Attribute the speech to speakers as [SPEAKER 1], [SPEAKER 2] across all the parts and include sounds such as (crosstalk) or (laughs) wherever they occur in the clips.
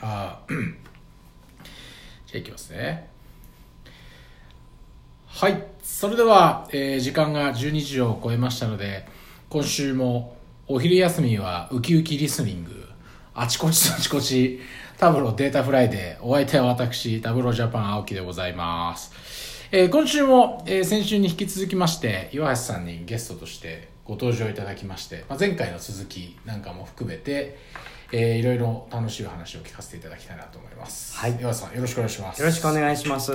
[SPEAKER 1] あーじゃあいきますねはいそれでは、えー時間が12時を超えましたので今週もお昼休みはウキウキリスニングあちこちあちこちタブロデータフライデーお相手は私タブロジャパン青木でございます、えー今週も、えー先週に引き続きまして岩橋さんにゲストとしてご登場いただきまして、まあ、前回の続きなんかも含めて、えーいろいろ楽しいお話を聞かせていただきたいなと思います、
[SPEAKER 2] はい
[SPEAKER 1] 岩橋さんよろしくお願いします
[SPEAKER 2] よろしくお願いします。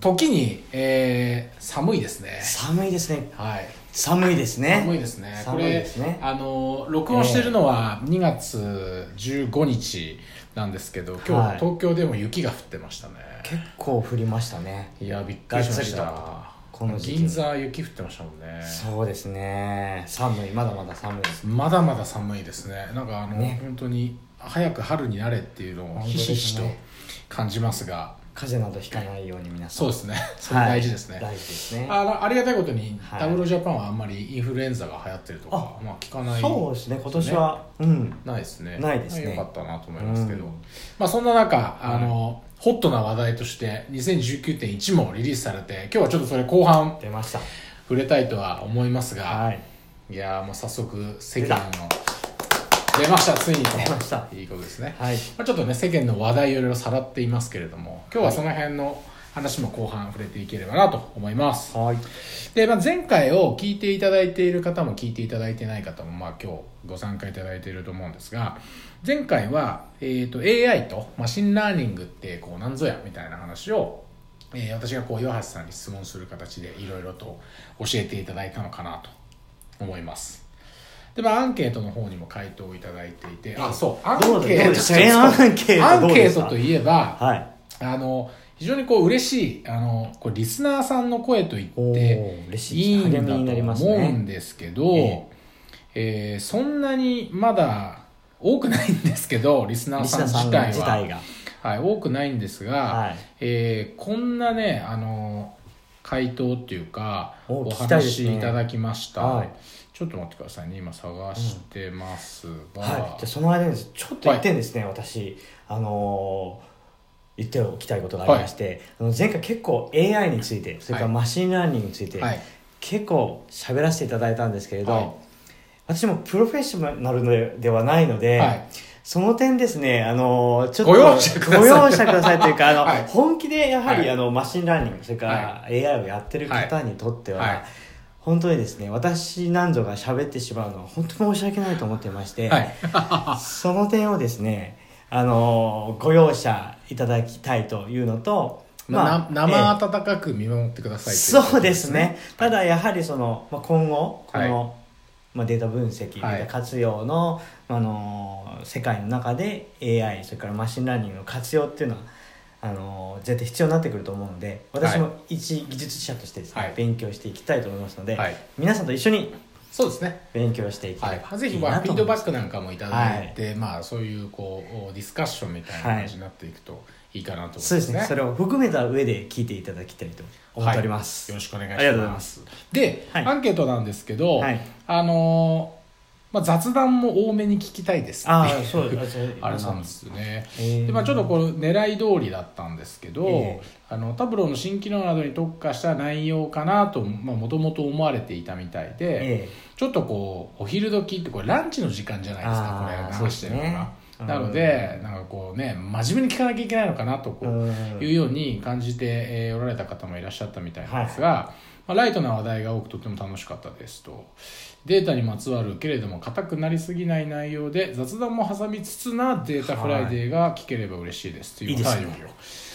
[SPEAKER 1] 時に、えー寒いですね
[SPEAKER 2] 寒いですね。
[SPEAKER 1] はい
[SPEAKER 2] 寒いですね。
[SPEAKER 1] 寒いですね
[SPEAKER 2] 寒いですね
[SPEAKER 1] これあの録音してるのは2月15日なんですけど、今
[SPEAKER 2] は
[SPEAKER 1] 日
[SPEAKER 2] い
[SPEAKER 1] 東京でも雪が降ってましたね
[SPEAKER 2] 結構降りましたね。
[SPEAKER 1] いやびっくりしまし
[SPEAKER 2] がったこの時期
[SPEAKER 1] 銀座雪降ってましたもんね
[SPEAKER 2] そうですね。寒い、まだまだ寒いです。
[SPEAKER 1] まだまだ寒いですねなんかあの、
[SPEAKER 2] ね
[SPEAKER 1] 本当に早く春になれっていうのを
[SPEAKER 2] 本当
[SPEAKER 1] ひ
[SPEAKER 2] です
[SPEAKER 1] し
[SPEAKER 2] ね
[SPEAKER 1] ひしと感じますが
[SPEAKER 2] 風邪などひかないように皆さ
[SPEAKER 1] そ
[SPEAKER 2] ん。
[SPEAKER 1] うですねそれ大事ですね、
[SPEAKER 2] 大事ですね。
[SPEAKER 1] あらありがたいことに、
[SPEAKER 2] はい
[SPEAKER 1] ダブルジャパンはあんまりインフルエンザが流行ってるとかまあ聞かない
[SPEAKER 2] そうですね。今年は、うん。
[SPEAKER 1] ないですね
[SPEAKER 2] ないですね
[SPEAKER 1] 良かったなと思いますけど、
[SPEAKER 2] うん
[SPEAKER 1] まあそんな中あの、ホットな話題として2019.1もリリースされて今日はちょっとそれ後半
[SPEAKER 2] 出ました。
[SPEAKER 1] 触れたいとは思いますが、
[SPEAKER 2] はい。
[SPEAKER 1] い、やーもう早速世間の出ましたついにと
[SPEAKER 2] 出ました
[SPEAKER 1] いいことですね、
[SPEAKER 2] はい。
[SPEAKER 1] まあ、ちょっとね世間の話題いろいろさらっていますけれども今日はその辺の話も後半触れていければなと思います、
[SPEAKER 2] はい。
[SPEAKER 1] で、まあ、前回を聞いていただいている方も聞いていただいてない方も、まあ、今日ご参加いただいていると思うんですが前回は、えー、と AI とマシンラーニングってこう何ぞやみたいな話を、えー私がこう岩橋さんに質問する形でいろいろと教えていただいたのかなと思いますで、まあ、アンケートの方にも回答をいただいていてあそうアンケ
[SPEAKER 2] どうでどうで
[SPEAKER 1] ー
[SPEAKER 2] し
[SPEAKER 1] ト
[SPEAKER 2] たアンケート
[SPEAKER 1] ア
[SPEAKER 2] ど
[SPEAKER 1] ン
[SPEAKER 2] う
[SPEAKER 1] ケ
[SPEAKER 2] で
[SPEAKER 1] ー
[SPEAKER 2] した
[SPEAKER 1] トといえば
[SPEAKER 2] はい。
[SPEAKER 1] あの非常にこう嬉しいあのこれリスナーさんの声といっ
[SPEAKER 2] お
[SPEAKER 1] て
[SPEAKER 2] ー、嬉し
[SPEAKER 1] い
[SPEAKER 2] い
[SPEAKER 1] いん
[SPEAKER 2] 励
[SPEAKER 1] だ
[SPEAKER 2] みになりま
[SPEAKER 1] と
[SPEAKER 2] す
[SPEAKER 1] 思うん
[SPEAKER 2] ね。
[SPEAKER 1] ですけど、え
[SPEAKER 2] え
[SPEAKER 1] ーそんなにまだ多くないんですけどリスナー
[SPEAKER 2] リス
[SPEAKER 1] さん
[SPEAKER 2] ナーさ
[SPEAKER 1] 自
[SPEAKER 2] ん
[SPEAKER 1] 体は
[SPEAKER 2] 自体が。
[SPEAKER 1] はい、多くないんですが、
[SPEAKER 2] はい。
[SPEAKER 1] えーこんなねあの回答っていうか
[SPEAKER 2] お
[SPEAKER 1] お
[SPEAKER 2] 聞きたいです
[SPEAKER 1] 話
[SPEAKER 2] ね
[SPEAKER 1] いただきました
[SPEAKER 2] はい
[SPEAKER 1] ちょっと待ってくださいね今探してますが、
[SPEAKER 2] はい、じゃあその間にですちょっと一点ですね、私あのー言っておきたいことがありまして、あの前回結構 AI についてそれから
[SPEAKER 1] はい
[SPEAKER 2] マシンラーニングについて、
[SPEAKER 1] はい
[SPEAKER 2] 結構喋らせていただいたんですけれど、
[SPEAKER 1] はい
[SPEAKER 2] 私もプロフェッショナルでではないので、
[SPEAKER 1] はい
[SPEAKER 2] その点ですね、あのーちょっと
[SPEAKER 1] ご容赦ください
[SPEAKER 2] ご容赦くださいというか、あの、
[SPEAKER 1] はい
[SPEAKER 2] 本気でやはり、
[SPEAKER 1] はい
[SPEAKER 2] あのマシンラーニング、それから AI をやってる方にとっては、
[SPEAKER 1] はいはい
[SPEAKER 2] 本当にですね、私なんぞが喋ってしまうのは本当に申し訳ないと思っていまして、
[SPEAKER 1] はい
[SPEAKER 2] その点をですね、あのーご容赦いただきたいというのと、
[SPEAKER 1] まあ、な生
[SPEAKER 2] ええ
[SPEAKER 1] 温かく見守ってくださいとい
[SPEAKER 2] そう
[SPEAKER 1] こと
[SPEAKER 2] ですね。ただやはりその、まあ、今後、この、まあ、データ分析、デ
[SPEAKER 1] はい
[SPEAKER 2] ータ活用の、あのー世界の中で AI、それからマシンラーニングの活用っていうのは、あのー絶対必要になってくると思うので、私も一技術者としてですね、
[SPEAKER 1] はい
[SPEAKER 2] 勉強していきたいと思いますので、
[SPEAKER 1] はい
[SPEAKER 2] 皆さんと一緒に
[SPEAKER 1] そうですね
[SPEAKER 2] 勉強していければいいなと思い
[SPEAKER 1] は
[SPEAKER 2] ま
[SPEAKER 1] い、
[SPEAKER 2] す。
[SPEAKER 1] ぜひまあフィードバックなんかもいただいて、まあ、そういうこうディスカッションみたいな感じになっていくといいかなと思いま
[SPEAKER 2] そうですね。そ
[SPEAKER 1] れ
[SPEAKER 2] れを含めた上で聞いていただきたいと思っております。
[SPEAKER 1] よろしくお願いします
[SPEAKER 2] ありがとうございます
[SPEAKER 1] で、
[SPEAKER 2] はい
[SPEAKER 1] アンケートなんですけど、
[SPEAKER 2] はい
[SPEAKER 1] あのーまあ、雑談も多めに聞きたいです
[SPEAKER 2] あ
[SPEAKER 1] ってい
[SPEAKER 2] あ、そうです。
[SPEAKER 1] (laughs) あれなんですよね、
[SPEAKER 2] えー
[SPEAKER 1] でまあ、ちょっとこう狙い通りだったんですけど、
[SPEAKER 2] ええ
[SPEAKER 1] あのタブローの新機能などに特化した内容かなともともと思われていたみたいで、
[SPEAKER 2] え
[SPEAKER 1] ちょっとこうお昼時ってこれランチの時間じゃないですかこ
[SPEAKER 2] あー
[SPEAKER 1] れ話してるのが、
[SPEAKER 2] そうですね
[SPEAKER 1] なのでなんかこうね真面目に聞かなきゃいけないのかなと
[SPEAKER 2] え
[SPEAKER 1] こう、いうように感じてえーおられた方もいらっしゃったみたいなんですが、まあ、ライトな話題が多くとても楽しかったですとデータにまつわるけれども硬くなりすぎない内容で雑談も挟みつつなデータフライデーが聞ければ嬉しいですというお便りをい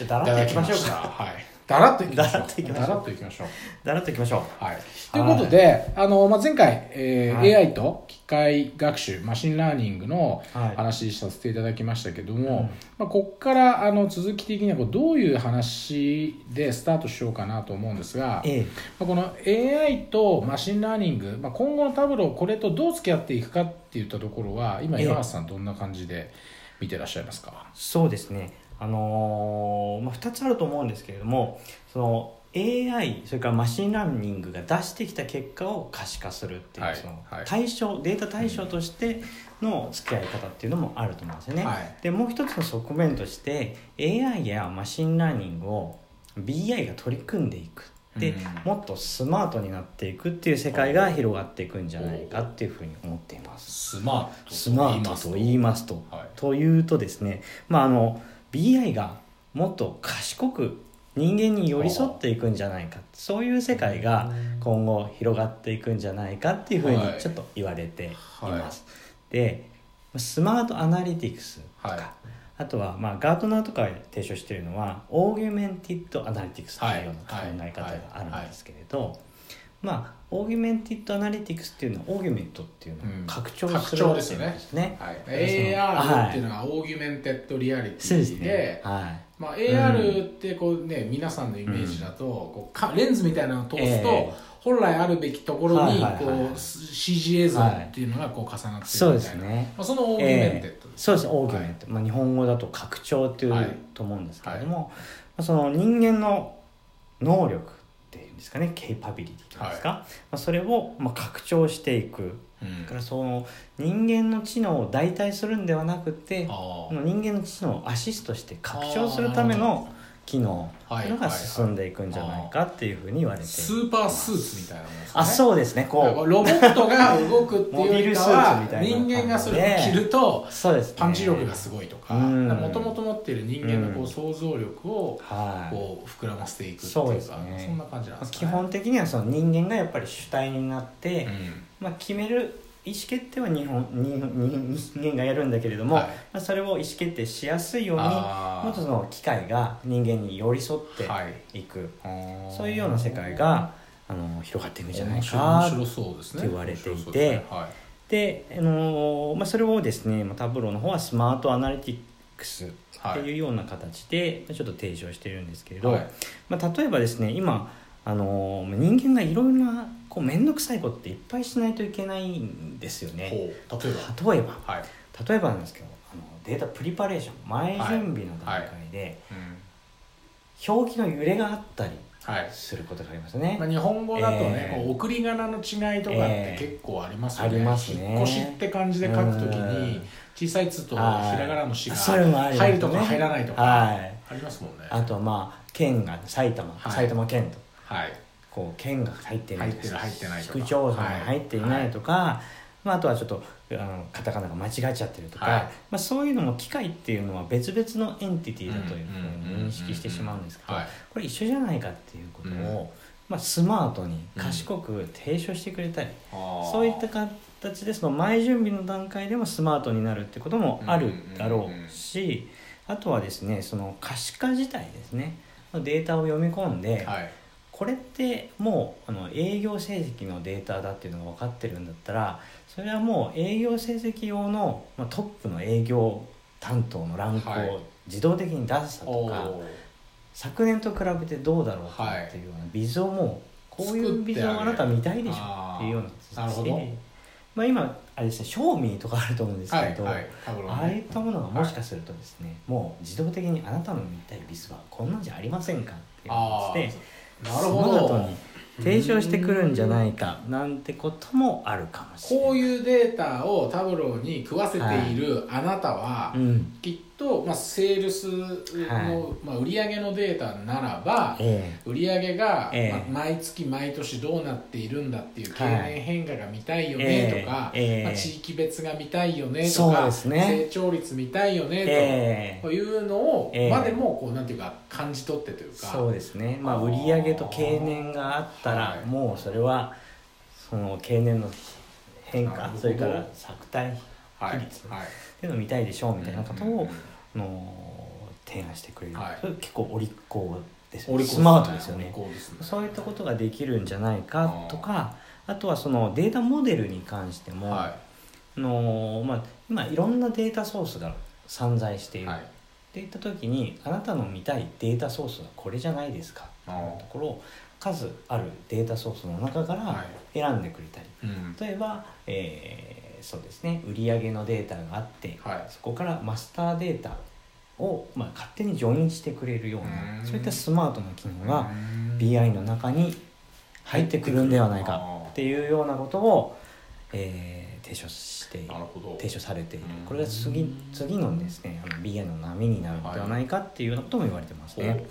[SPEAKER 2] じゃあだ
[SPEAKER 1] た
[SPEAKER 2] らっ
[SPEAKER 1] だ
[SPEAKER 2] とい
[SPEAKER 1] き
[SPEAKER 2] きま
[SPEAKER 1] ま
[SPEAKER 2] しょう
[SPEAKER 1] し
[SPEAKER 2] か
[SPEAKER 1] た。はいだらっといきましょ
[SPEAKER 2] だ
[SPEAKER 1] う
[SPEAKER 2] らっといきましょう
[SPEAKER 1] だらっといきましょう
[SPEAKER 2] だらっといきま
[SPEAKER 1] はい、
[SPEAKER 2] しょ
[SPEAKER 1] ということで、あのまあ、前回、えー
[SPEAKER 2] はい
[SPEAKER 1] AI と機械学習マシンラーニングの
[SPEAKER 2] はい
[SPEAKER 1] 話させていただきましたけども、まあ、ここからあの続き的にはこうどういう話でスタートしようかなと思うんですが
[SPEAKER 2] う、ええ
[SPEAKER 1] まあ、この AI とマシンラーニング、まあ、今後のタブローこれとどう付き合っていくかっていったところは今
[SPEAKER 2] ええ
[SPEAKER 1] 岩橋さんどんな感じで見てらっしゃいますか、
[SPEAKER 2] そうですねあのーまあ、2つあると思うんですけれどもその AI それからマシンラーニングが出してきた結果を可視化するっていう、
[SPEAKER 1] はい
[SPEAKER 2] その
[SPEAKER 1] はい
[SPEAKER 2] 対象データ対象としての付き合い方っていうのもあると思うんですよね。
[SPEAKER 1] はい
[SPEAKER 2] でもう一つの側面として AI やマシンラーニングを BI が取り組んでいくで、
[SPEAKER 1] うん
[SPEAKER 2] もっとスマートになっていくっていう世界が広がっていくんじゃないかっていうふうに思っていま
[SPEAKER 1] ス
[SPEAKER 2] す。
[SPEAKER 1] マート
[SPEAKER 2] スマートと言いますと。
[SPEAKER 1] はい
[SPEAKER 2] というとですね、まあ、あの BI がもっと賢く人間に寄り添っていくんじゃないかそういう世界が今後広がっていくんじゃないかっていうふうに
[SPEAKER 1] はい
[SPEAKER 2] ちょっと言われています。
[SPEAKER 1] はい
[SPEAKER 2] でスマートアナリティクスとか、
[SPEAKER 1] はい
[SPEAKER 2] あとは、まあ、ガートナーとかが提唱しているのはオーギュメンティッドアナリティクスというような考え方があるんですけれど、まあオーギュメンティッドアナリティクスっていうのはオーギュメントっていうのを拡張す
[SPEAKER 1] 拡
[SPEAKER 2] る
[SPEAKER 1] 張
[SPEAKER 2] わけ
[SPEAKER 1] ですよ
[SPEAKER 2] なん
[SPEAKER 1] ね
[SPEAKER 2] ですね。
[SPEAKER 1] はい、
[SPEAKER 2] はい
[SPEAKER 1] AR っていうのはオーギュメンテッドリアリテ
[SPEAKER 2] そうです
[SPEAKER 1] ィで
[SPEAKER 2] ね。はい。
[SPEAKER 1] まあ、AR ってこう、ね皆さんのイメージだと、こうかレンズみたいなのを通すと、
[SPEAKER 2] ええ
[SPEAKER 1] 本来あるべきところにこう、
[SPEAKER 2] はいはいはい
[SPEAKER 1] CG 映像っていうのがこう重なってるみたいな、
[SPEAKER 2] そうですね
[SPEAKER 1] まあ、そのオーギュメンテッド
[SPEAKER 2] ええ
[SPEAKER 1] です、
[SPEAKER 2] そうですねオーギュメント、まあ、日本語だと拡張っていう、
[SPEAKER 1] はい
[SPEAKER 2] と思うんですけれども、まあその人間の能力っていうんですかねケイパビリティというんですか、まあ、それをまあ拡張していくだからその人間の知能を代替するんではなくて
[SPEAKER 1] ああ
[SPEAKER 2] この人間の知能をアシストして拡張するための機能っていうのが進んでいくんじゃないかっていうふうに言われてい
[SPEAKER 1] ス
[SPEAKER 2] る
[SPEAKER 1] ーパースーツみたいなもんですね
[SPEAKER 2] あそうですね
[SPEAKER 1] だから
[SPEAKER 2] こ
[SPEAKER 1] こうロボットが動くっていうよりかは
[SPEAKER 2] モビルスーツみたいな
[SPEAKER 1] 人間がそれを着ると
[SPEAKER 2] うそうですね
[SPEAKER 1] パンチ力がすごいとか
[SPEAKER 2] うん
[SPEAKER 1] もともと持っている人間のこう想像力を
[SPEAKER 2] はい
[SPEAKER 1] こう膨らませていくっていうか
[SPEAKER 2] そうですね
[SPEAKER 1] そんな感じなんですか
[SPEAKER 2] 基
[SPEAKER 1] ね
[SPEAKER 2] 本的にはその人間がやっぱり主体になって、
[SPEAKER 1] うん
[SPEAKER 2] まあ、決める意思決定は日本人人人間がやるんだけれども、
[SPEAKER 1] はい
[SPEAKER 2] まあ、それを意思決定しやすいように
[SPEAKER 1] あー
[SPEAKER 2] もっとその機械が人間に寄り添っ
[SPEAKER 1] はい
[SPEAKER 2] ていく、
[SPEAKER 1] あー
[SPEAKER 2] そういうような世界があの広がっていくんじゃない
[SPEAKER 1] 面白
[SPEAKER 2] か
[SPEAKER 1] 面白そうですね
[SPEAKER 2] って言われていて
[SPEAKER 1] 面白そうですねは
[SPEAKER 2] で、あのーまあ、それをですねまあタブローの方はスマートアナリティクスっていうような形でまあちょっと提唱してるんですけれ
[SPEAKER 1] い
[SPEAKER 2] ど、
[SPEAKER 1] はい
[SPEAKER 2] まあ、例えばですね今あの人間がいろいろなこう面倒くさいことっていっぱいしないといけないんですよね。
[SPEAKER 1] ほう例え
[SPEAKER 2] 例えば
[SPEAKER 1] ばはい
[SPEAKER 2] 例えばなんですけどあのデータプリパレーション前準備の段階で
[SPEAKER 1] うん
[SPEAKER 2] 表記の揺れがあったり
[SPEAKER 1] はい
[SPEAKER 2] することがありますね。
[SPEAKER 1] まあ、日本語だとね、
[SPEAKER 2] えー
[SPEAKER 1] こう送り仮名の違いとかって
[SPEAKER 2] えー
[SPEAKER 1] 結構ありますよね,、
[SPEAKER 2] ありますね
[SPEAKER 1] 引っ越しって漢字で書くとき
[SPEAKER 2] う
[SPEAKER 1] に
[SPEAKER 2] ん
[SPEAKER 1] 小さい「つ」とひ
[SPEAKER 2] はい
[SPEAKER 1] らがなの「し」が
[SPEAKER 2] それもありますね
[SPEAKER 1] 入るとか入らないとか
[SPEAKER 2] はい、
[SPEAKER 1] ありますもんね
[SPEAKER 2] あとはまあ県が埼玉、
[SPEAKER 1] はい
[SPEAKER 2] 埼玉県と
[SPEAKER 1] はい
[SPEAKER 2] こう県が入ってないとか
[SPEAKER 1] 入ってる入ってないとか
[SPEAKER 2] 市区町村が入っていないとか、まあ、あとはちょっとあのカタカナが間違っちゃってるとか、
[SPEAKER 1] はい
[SPEAKER 2] まあ、そういうのも機械っていうのは別々のエンティティだというふうに認識してしまうんですけど
[SPEAKER 1] はい
[SPEAKER 2] これ一緒じゃないかっていうことを、
[SPEAKER 1] うん
[SPEAKER 2] まあ、スマートに賢く提唱してくれたり、
[SPEAKER 1] そ
[SPEAKER 2] そういった形でその前準備の段階でもスマートになるってこともあるだろうし、あとはですねその可視化自体ですねデータを読み込んで、
[SPEAKER 1] はい
[SPEAKER 2] これってもうあの営業成績のデータだっていうのが分かってるんだったらそれはもう営業成績用の、まあ、トップの営業担当のランク
[SPEAKER 1] はい
[SPEAKER 2] を自動的に出したと
[SPEAKER 1] お
[SPEAKER 2] か、
[SPEAKER 1] ー
[SPEAKER 2] 昨年と比べてどうだろうかっていうようなビズをもうこういうビズをあなた見たいでしょっていうような
[SPEAKER 1] なるほど
[SPEAKER 2] まあ、今あれですねショーミーとかあると思うんです
[SPEAKER 1] は
[SPEAKER 2] け
[SPEAKER 1] い
[SPEAKER 2] ど、
[SPEAKER 1] はいタブロ
[SPEAKER 2] ああい
[SPEAKER 1] ね
[SPEAKER 2] ったものがもしかするとですね、もう自動的にあなたの見たいビズはこんなんじゃありませんかっていう
[SPEAKER 1] あ
[SPEAKER 2] ので
[SPEAKER 1] ー
[SPEAKER 2] すね
[SPEAKER 1] なるほ
[SPEAKER 2] スマート
[SPEAKER 1] ど
[SPEAKER 2] に提唱してくるんじゃないかなんてこともあるかもしれない
[SPEAKER 1] こう
[SPEAKER 2] う、
[SPEAKER 1] いうデータをタブローに食わせているあなたは、
[SPEAKER 2] ん
[SPEAKER 1] きっと、まあ、セールスの、
[SPEAKER 2] は
[SPEAKER 1] まあ、売上のデータならば、
[SPEAKER 2] え
[SPEAKER 1] 売上が、
[SPEAKER 2] ええ
[SPEAKER 1] まあ毎月毎年どうなっているんだっていう経
[SPEAKER 2] は
[SPEAKER 1] 年
[SPEAKER 2] い
[SPEAKER 1] 変化が見たいよねとか、
[SPEAKER 2] ええええ
[SPEAKER 1] まあ、地域別が見たいよねと
[SPEAKER 2] そう
[SPEAKER 1] か、
[SPEAKER 2] ですね
[SPEAKER 1] 成長率見たいよねと
[SPEAKER 2] え
[SPEAKER 1] か、
[SPEAKER 2] ええ
[SPEAKER 1] こういうのを、
[SPEAKER 2] ええ
[SPEAKER 1] までもこうなんていうか感じ取ってというか
[SPEAKER 2] そうですねまあ売り上げと経年があったら、
[SPEAKER 1] はい
[SPEAKER 2] もうそれはその経年の変
[SPEAKER 1] なる
[SPEAKER 2] 化
[SPEAKER 1] ほど
[SPEAKER 2] それから作態
[SPEAKER 1] はい
[SPEAKER 2] 比率
[SPEAKER 1] はい
[SPEAKER 2] っていうのを見たいでしょうみたいなこと
[SPEAKER 1] うんうんう
[SPEAKER 2] を
[SPEAKER 1] ん、
[SPEAKER 2] あの提案してくれる、
[SPEAKER 1] はい
[SPEAKER 2] それ結構お利口ですよ
[SPEAKER 1] お利
[SPEAKER 2] ね
[SPEAKER 1] 口
[SPEAKER 2] スマートですよね
[SPEAKER 1] お利口ですね
[SPEAKER 2] そういったことができるんじゃないかとかあとはそのデータモデルに関しても、
[SPEAKER 1] は
[SPEAKER 2] あのまあ、今いろんなデータソースが散在してい
[SPEAKER 1] い
[SPEAKER 2] る、
[SPEAKER 1] はい
[SPEAKER 2] っていった時にあなたの見たいデータソースはこれじゃないですか
[SPEAKER 1] あ
[SPEAKER 2] と
[SPEAKER 1] ー
[SPEAKER 2] いうところを数あるデータソースの中か
[SPEAKER 1] は
[SPEAKER 2] ら選んでくれたり、
[SPEAKER 1] いうん
[SPEAKER 2] 例えば、えーそうですね売上のデータがあって、
[SPEAKER 1] はい
[SPEAKER 2] そこからマスターデータを、まあ、勝手にジョインしてくれるような
[SPEAKER 1] うん
[SPEAKER 2] そういったスマートな機能が
[SPEAKER 1] うん
[SPEAKER 2] BI の中に入ってくるんではないかっていうようなことを、えー提唱している
[SPEAKER 1] なるほど
[SPEAKER 2] 提唱されている
[SPEAKER 1] うん
[SPEAKER 2] これが次次のですねあの BI の波になるのではないかっていうようなことも言われてますね。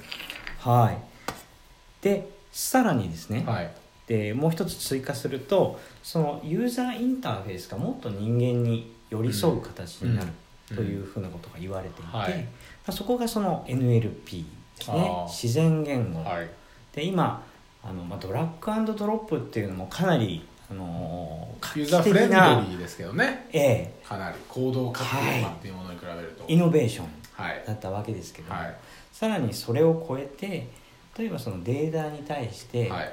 [SPEAKER 2] はい、でさらにですね、
[SPEAKER 1] はい
[SPEAKER 2] でもう一つ追加するとそのユーザーインターフェースがもっと人間に寄り添う形になる
[SPEAKER 1] うん
[SPEAKER 2] というふうなことが言われていて、
[SPEAKER 1] はい
[SPEAKER 2] まあ、そこがその NLP です
[SPEAKER 1] あ
[SPEAKER 2] ね
[SPEAKER 1] ー
[SPEAKER 2] 自然言語、
[SPEAKER 1] はい
[SPEAKER 2] で今あの、まあ、ドラッグドロップっていうのもかなり、あの
[SPEAKER 1] ユ
[SPEAKER 2] ー、
[SPEAKER 1] ーザー
[SPEAKER 2] 画
[SPEAKER 1] フ
[SPEAKER 2] 期
[SPEAKER 1] レン
[SPEAKER 2] 的
[SPEAKER 1] ドリ
[SPEAKER 2] な
[SPEAKER 1] ーですけどね
[SPEAKER 2] え
[SPEAKER 1] かなり行動活動化っていうものに比べると
[SPEAKER 2] えイノベーション
[SPEAKER 1] はい
[SPEAKER 2] だったわけですけども、
[SPEAKER 1] はい
[SPEAKER 2] さらにそれを超えて例えばそのデータに対して、
[SPEAKER 1] はい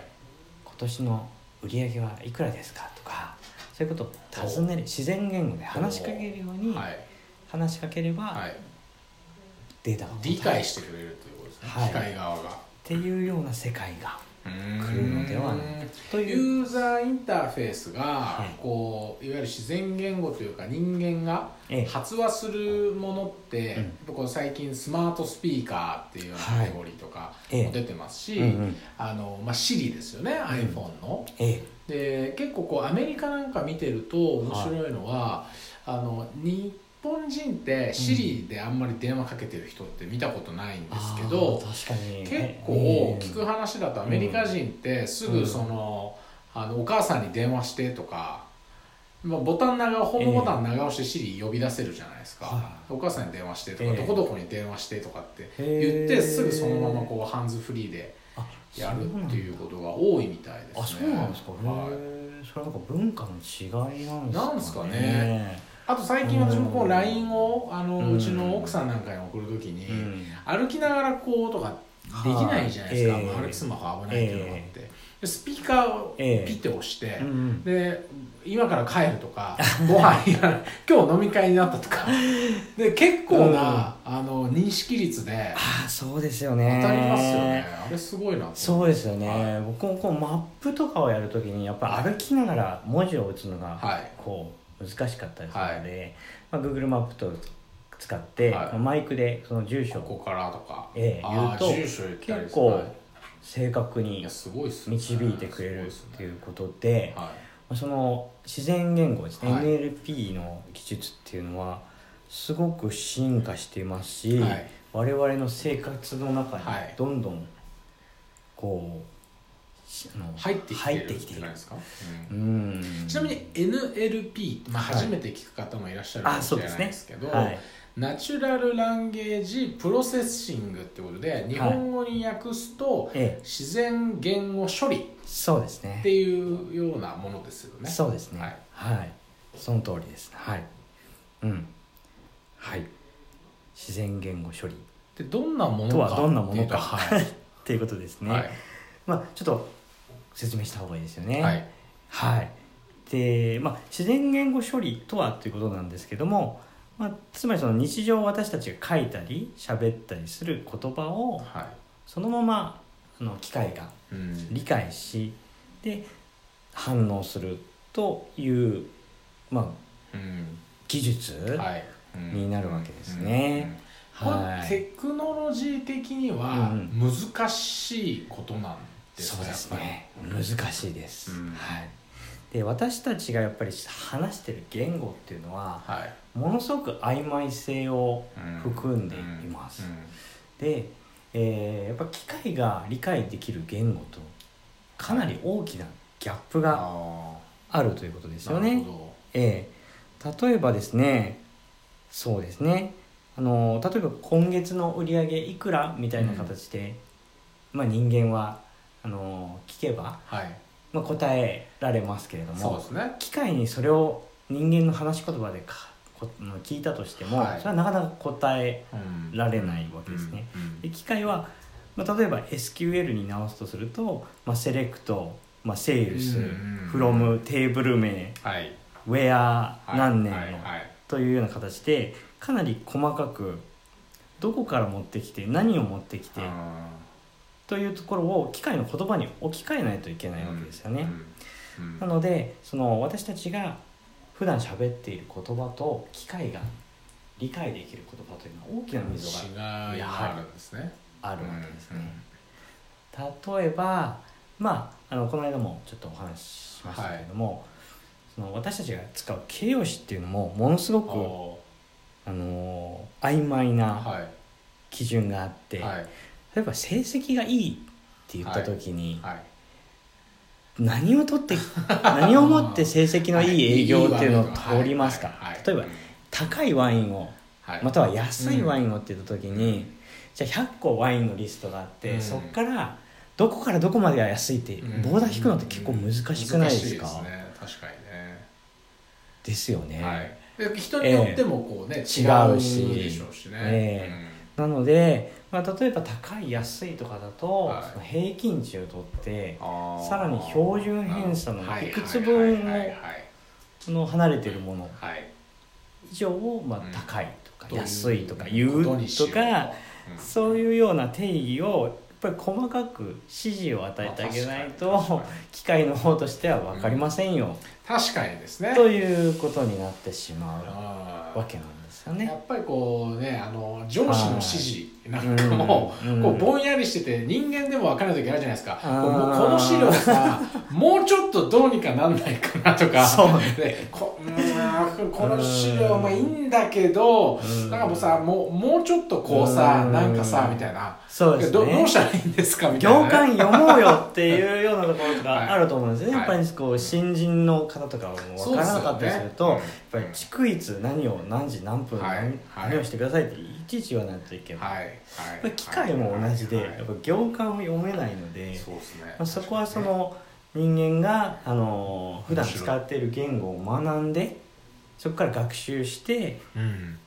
[SPEAKER 2] 今年の売り上げはいくらですかとかそういうことを尋ねる自然言語で話しかけるように
[SPEAKER 1] はい
[SPEAKER 2] 話しかければ
[SPEAKER 1] はい
[SPEAKER 2] データが
[SPEAKER 1] 理
[SPEAKER 2] 答え
[SPEAKER 1] 解
[SPEAKER 2] る
[SPEAKER 1] してくれるということですね
[SPEAKER 2] はい
[SPEAKER 1] 機械側が
[SPEAKER 2] っていうような世界が
[SPEAKER 1] 来
[SPEAKER 2] 来るのではないかという
[SPEAKER 1] ユーザーインターフェースが
[SPEAKER 2] い
[SPEAKER 1] こういわゆる自然言語というか人間が
[SPEAKER 2] ええ
[SPEAKER 1] 発話するものって、
[SPEAKER 2] う
[SPEAKER 1] や
[SPEAKER 2] ん
[SPEAKER 1] っぱこう最近スマートスピーカーっていうようなカテゴリーとか
[SPEAKER 2] ええ
[SPEAKER 1] も出てますし、
[SPEAKER 2] うんうん
[SPEAKER 1] あのまあ、Siri ですよね、iPhone の。
[SPEAKER 2] ええ
[SPEAKER 1] で結構こうアメリカなんか見てると面白いのは、あの日本人ってシリであんまり電話かけてる人って見たことないんですけど、
[SPEAKER 2] あー確かに
[SPEAKER 1] 結構
[SPEAKER 2] ええ
[SPEAKER 1] 聞く話だとアメリカ人ってすぐその,、あのお母さんに電話してとか、まあ、ボタン長押ホームボタン長押してシリ呼び出せるじゃないですか
[SPEAKER 2] は、
[SPEAKER 1] お母さんに電話してとか、
[SPEAKER 2] ええ
[SPEAKER 1] どこどこに電話してとかって言
[SPEAKER 2] へ
[SPEAKER 1] っ
[SPEAKER 2] え
[SPEAKER 1] てすぐそのままこうハンズフリーで
[SPEAKER 2] あ
[SPEAKER 1] やる
[SPEAKER 2] そうなん
[SPEAKER 1] っ
[SPEAKER 2] だ
[SPEAKER 1] ていうことが多いみたいですね。
[SPEAKER 2] あそうなんですかへえ
[SPEAKER 1] はい
[SPEAKER 2] それはなんか文化の違いなんですかね
[SPEAKER 1] なんですかねあと最近私もこ
[SPEAKER 2] う
[SPEAKER 1] うん LINE をあの
[SPEAKER 2] うん
[SPEAKER 1] うちの奥さんなんかに送るときに、
[SPEAKER 2] うん
[SPEAKER 1] 歩きながらこうとかできないじゃないですか、
[SPEAKER 2] はいええ
[SPEAKER 1] 歩きスマホ危ないっていうのがあって、でスピーカーを
[SPEAKER 2] ええ
[SPEAKER 1] ピッて押して、
[SPEAKER 2] うんうん
[SPEAKER 1] で今から帰るとかご飯やる今日飲み会になったとかで結構な、あの認識率で
[SPEAKER 2] ああそうですよ
[SPEAKER 1] 当
[SPEAKER 2] ね
[SPEAKER 1] たりますよね、あれすごいなと思って
[SPEAKER 2] そうですよね、
[SPEAKER 1] は
[SPEAKER 2] 僕もこうマップとかをやるときにやっぱ歩きながら文字を打つのが
[SPEAKER 1] はい
[SPEAKER 2] こう難しかったりするので、まあ、Google マップと使って、
[SPEAKER 1] はい
[SPEAKER 2] まあマイクでその住所
[SPEAKER 1] こ
[SPEAKER 2] を
[SPEAKER 1] こからとか、
[SPEAKER 2] ええ
[SPEAKER 1] あー
[SPEAKER 2] 言うと
[SPEAKER 1] 住所言ったり
[SPEAKER 2] 結
[SPEAKER 1] と
[SPEAKER 2] 構
[SPEAKER 1] か
[SPEAKER 2] 正確
[SPEAKER 1] い
[SPEAKER 2] に
[SPEAKER 1] やすごいっすね
[SPEAKER 2] 導いてくれるっていうことで
[SPEAKER 1] は
[SPEAKER 2] まあその自然言語ですね、
[SPEAKER 1] はい
[SPEAKER 2] NLP の技術っていうのはすごく進化していますし、
[SPEAKER 1] はい
[SPEAKER 2] 我々の生活の中に
[SPEAKER 1] はい
[SPEAKER 2] どんどんこうしあの
[SPEAKER 1] い、入ってきてる
[SPEAKER 2] 入ってきて
[SPEAKER 1] じ
[SPEAKER 2] い
[SPEAKER 1] ゃ
[SPEAKER 2] る
[SPEAKER 1] ないですか、うん
[SPEAKER 2] うん
[SPEAKER 1] ちなみに NLP、まあ、
[SPEAKER 2] はい
[SPEAKER 1] 初めて聞く方もいらっしゃるか
[SPEAKER 2] あ
[SPEAKER 1] もし
[SPEAKER 2] そう
[SPEAKER 1] れ
[SPEAKER 2] で
[SPEAKER 1] な
[SPEAKER 2] す
[SPEAKER 1] い
[SPEAKER 2] ね
[SPEAKER 1] ですけど
[SPEAKER 2] はい、
[SPEAKER 1] ナチュラルランゲージプロセッシングってことで日本語に訳すと、
[SPEAKER 2] ええ
[SPEAKER 1] 自然言語処理っ
[SPEAKER 2] そうですね
[SPEAKER 1] ていうようなものですよね。
[SPEAKER 2] そうですね
[SPEAKER 1] はい
[SPEAKER 2] はい、その通りですはいうんはい自然言語処理
[SPEAKER 1] でどんなものか
[SPEAKER 2] とはどんなものか
[SPEAKER 1] はい
[SPEAKER 2] (laughs) っていうことですね、
[SPEAKER 1] はい
[SPEAKER 2] まあちょっと説明した方がいいですよね
[SPEAKER 1] はい
[SPEAKER 2] はいでまあ、自然言語処理とはということなんですけども、まあ、つまりその日常私たちが書いたり喋ったりする言葉を
[SPEAKER 1] は
[SPEAKER 2] そのままあの機械が
[SPEAKER 1] いうん
[SPEAKER 2] 理解しで反応するという、ま
[SPEAKER 1] う
[SPEAKER 2] あ、
[SPEAKER 1] ん
[SPEAKER 2] 技術、
[SPEAKER 1] はいうん
[SPEAKER 2] になるわけですね
[SPEAKER 1] うんうんうん
[SPEAKER 2] は
[SPEAKER 1] こ
[SPEAKER 2] い
[SPEAKER 1] れテクノロジー的には
[SPEAKER 2] うん
[SPEAKER 1] 難しいことなんです
[SPEAKER 2] そう
[SPEAKER 1] か
[SPEAKER 2] です
[SPEAKER 1] やっぱり
[SPEAKER 2] ね難しいです、
[SPEAKER 1] うん
[SPEAKER 2] はい、で私たちがやっぱり話してる言語っていうのは
[SPEAKER 1] はい
[SPEAKER 2] ものすごく曖昧性を
[SPEAKER 1] う
[SPEAKER 2] 含んでいます、
[SPEAKER 1] うん
[SPEAKER 2] で、えーやっぱ機械が理解できる言語とかなり大きなギャップが
[SPEAKER 1] あ
[SPEAKER 2] あるということで
[SPEAKER 1] ー
[SPEAKER 2] すよ
[SPEAKER 1] なる
[SPEAKER 2] ね
[SPEAKER 1] ほ。ど
[SPEAKER 2] ええ例えばですねそうですねあの例えば今月の売り上げいくらみたいな形で、まあ、人間はあの聞けば、
[SPEAKER 1] はい
[SPEAKER 2] まあ、答えられますけれど
[SPEAKER 1] そうで
[SPEAKER 2] も
[SPEAKER 1] すね
[SPEAKER 2] 機械にそれを人間の話し言葉でかこ聞いたとしても、
[SPEAKER 1] はい
[SPEAKER 2] それはなかなか答え
[SPEAKER 1] うん
[SPEAKER 2] られないわけですね。で機械は、まあ、例えば SQL に直すとすると、まあ、セレクト、まあ、セールス、
[SPEAKER 1] うんうんうん
[SPEAKER 2] フロムテーブル名
[SPEAKER 1] はい
[SPEAKER 2] ウェア
[SPEAKER 1] はい
[SPEAKER 2] 何年の、
[SPEAKER 1] はいはい
[SPEAKER 2] というような形でかなり細かくどこから持ってきて何を持ってきて
[SPEAKER 1] あ
[SPEAKER 2] というところを機械の言葉に置き換えないといけ
[SPEAKER 1] ー
[SPEAKER 2] ないわけですよね。
[SPEAKER 1] うんうん
[SPEAKER 2] なのでその私たちが普段喋っている言葉と機械が理解できる言葉というのは大きな溝
[SPEAKER 1] 違いがあるんですね
[SPEAKER 2] があるわけですね。例えばまああのこの間もちょっとお話ししましたけれども、その私たちが使う形容詞っていうのもものすご
[SPEAKER 1] あー
[SPEAKER 2] くあの曖昧な
[SPEAKER 1] は
[SPEAKER 2] 基準があって、
[SPEAKER 1] いはい
[SPEAKER 2] 例えば成績がいいって言った時に、
[SPEAKER 1] はい
[SPEAKER 2] 何を取って何をもって成績のいい営業っていうのを
[SPEAKER 1] はい
[SPEAKER 2] 通りますか、
[SPEAKER 1] (laughs) はいはい
[SPEAKER 2] 例えば高いワインを
[SPEAKER 1] はい
[SPEAKER 2] または安いワインをって言った時に、じゃあ100個ワインのリストがあって、
[SPEAKER 1] うん
[SPEAKER 2] そこからどこからどこまでが安いって、
[SPEAKER 1] うん
[SPEAKER 2] ボーダー引くのって結構難しくないですか、
[SPEAKER 1] 難しいね確か
[SPEAKER 2] ですよ
[SPEAKER 1] に
[SPEAKER 2] ね、
[SPEAKER 1] ね、はい、で人によってもこうね、
[SPEAKER 2] 違
[SPEAKER 1] 違
[SPEAKER 2] う
[SPEAKER 1] う
[SPEAKER 2] し
[SPEAKER 1] でしょうしね、
[SPEAKER 2] えなので、まあ、例えば高い安いとかだと、
[SPEAKER 1] はい
[SPEAKER 2] その平均値を取って
[SPEAKER 1] うん
[SPEAKER 2] さらに標準偏差の
[SPEAKER 1] はい
[SPEAKER 2] いくつ分を
[SPEAKER 1] はいはい
[SPEAKER 2] その離れてるもの
[SPEAKER 1] はいはい
[SPEAKER 2] 以上を、まあ
[SPEAKER 1] うん、
[SPEAKER 2] 高いと
[SPEAKER 1] は
[SPEAKER 2] か
[SPEAKER 1] い
[SPEAKER 2] 安いとか
[SPEAKER 1] ど
[SPEAKER 2] 言う
[SPEAKER 1] ことにしよ
[SPEAKER 2] とか
[SPEAKER 1] うん
[SPEAKER 2] そういうような定義をやっぱり細かく指示を与えてあげない
[SPEAKER 1] まあ確かに
[SPEAKER 2] と
[SPEAKER 1] 確か
[SPEAKER 2] 機械の方としては分かりませんよ、
[SPEAKER 1] 確かにですね
[SPEAKER 2] (laughs) ということになってしま
[SPEAKER 1] あ
[SPEAKER 2] う
[SPEAKER 1] ー
[SPEAKER 2] わけなんですよね
[SPEAKER 1] や。っぱりこうねあの上司の指示なんかも
[SPEAKER 2] はいうん
[SPEAKER 1] こ
[SPEAKER 2] うん
[SPEAKER 1] うぼんやりしてて人間でも分かる時あるじゃないですか
[SPEAKER 2] あ
[SPEAKER 1] こ
[SPEAKER 2] ー
[SPEAKER 1] うもうこの資料さ (laughs) もうちょっとどうにかなんないかなとか
[SPEAKER 2] そう
[SPEAKER 1] (laughs) でこうーんこの資料もいいんだけど
[SPEAKER 2] うん
[SPEAKER 1] なんかもうさもうもうちょっとこうさ
[SPEAKER 2] うん
[SPEAKER 1] なんかさみたいな
[SPEAKER 2] そうですね
[SPEAKER 1] どどうしたらいいんですかみたいな
[SPEAKER 2] 行
[SPEAKER 1] ね
[SPEAKER 2] 間読もうよっていうようなところ
[SPEAKER 1] はい
[SPEAKER 2] があると思うんです
[SPEAKER 1] (laughs) はい
[SPEAKER 2] ね、やっぱりこう新人の方とかはもう分からなかったりすると
[SPEAKER 1] そうですよね
[SPEAKER 2] やっぱり逐一何を何時何分、
[SPEAKER 1] はい
[SPEAKER 2] 何
[SPEAKER 1] はい
[SPEAKER 2] 何をしてくださいっていちいち言わないといけない、
[SPEAKER 1] はいはい
[SPEAKER 2] やっぱり機械も同じで、
[SPEAKER 1] はい
[SPEAKER 2] やっぱ行間を読めないので、
[SPEAKER 1] そうですね
[SPEAKER 2] まあ、そこはその人間が、あのー普段使っている言語を学んでそこから学習して
[SPEAKER 1] うん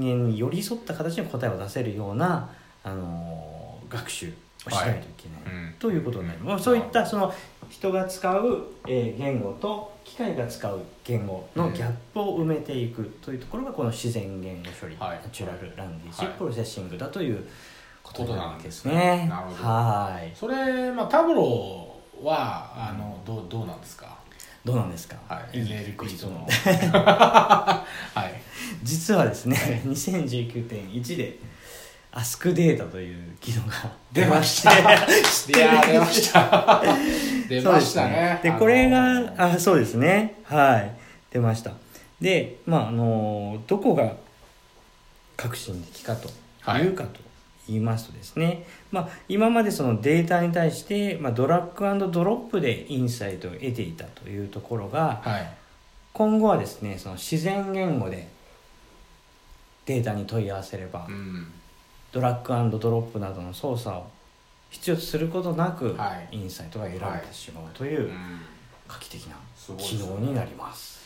[SPEAKER 2] 人間に寄り添った形の答えを出せるような、あのー学習をしないといけない。
[SPEAKER 1] うん
[SPEAKER 2] ということになります、まあそういったその人が使う、えー言語と機械が使う言語のギャップを埋めていくというところがこの自然言語処理、
[SPEAKER 1] はい
[SPEAKER 2] ナチュラルランゲージ、
[SPEAKER 1] はい
[SPEAKER 2] プロセッシングだということになるわけです
[SPEAKER 1] ことなん
[SPEAKER 2] ね。
[SPEAKER 1] ですねなるほど
[SPEAKER 2] はい
[SPEAKER 1] それ、まあ、タブローはあのどうどうなんですか、
[SPEAKER 2] どうなんですか、
[SPEAKER 1] はい、
[SPEAKER 2] いい
[SPEAKER 1] NLP との
[SPEAKER 2] ご
[SPEAKER 1] (laughs)
[SPEAKER 2] 質
[SPEAKER 1] はい
[SPEAKER 2] 問実はですね、2019.1でアスクデータという機能が
[SPEAKER 1] 出ました
[SPEAKER 2] (laughs) (laughs) 知っ
[SPEAKER 1] い
[SPEAKER 2] てる
[SPEAKER 1] やー出ました
[SPEAKER 2] (laughs)
[SPEAKER 1] 出ましたね
[SPEAKER 2] そうですね
[SPEAKER 1] あ
[SPEAKER 2] で
[SPEAKER 1] の
[SPEAKER 2] これがあそうですねはい出ましたでまああのどこが革新的かと
[SPEAKER 1] はい
[SPEAKER 2] いうかと言いますとですね、まあ、今までそのデータに対して、まあ、ドラッグドロップでインサイトを得ていたというところが
[SPEAKER 1] はい
[SPEAKER 2] 今後はですねその自然言語でデータに問い合わせれば、
[SPEAKER 1] うん
[SPEAKER 2] ドラッグドロップなどの操作を必要とすることなく、
[SPEAKER 1] はい
[SPEAKER 2] インサイトが得られてしまうという、
[SPEAKER 1] うん
[SPEAKER 2] 画期的な
[SPEAKER 1] すごいです
[SPEAKER 2] 機
[SPEAKER 1] ね
[SPEAKER 2] 能になります。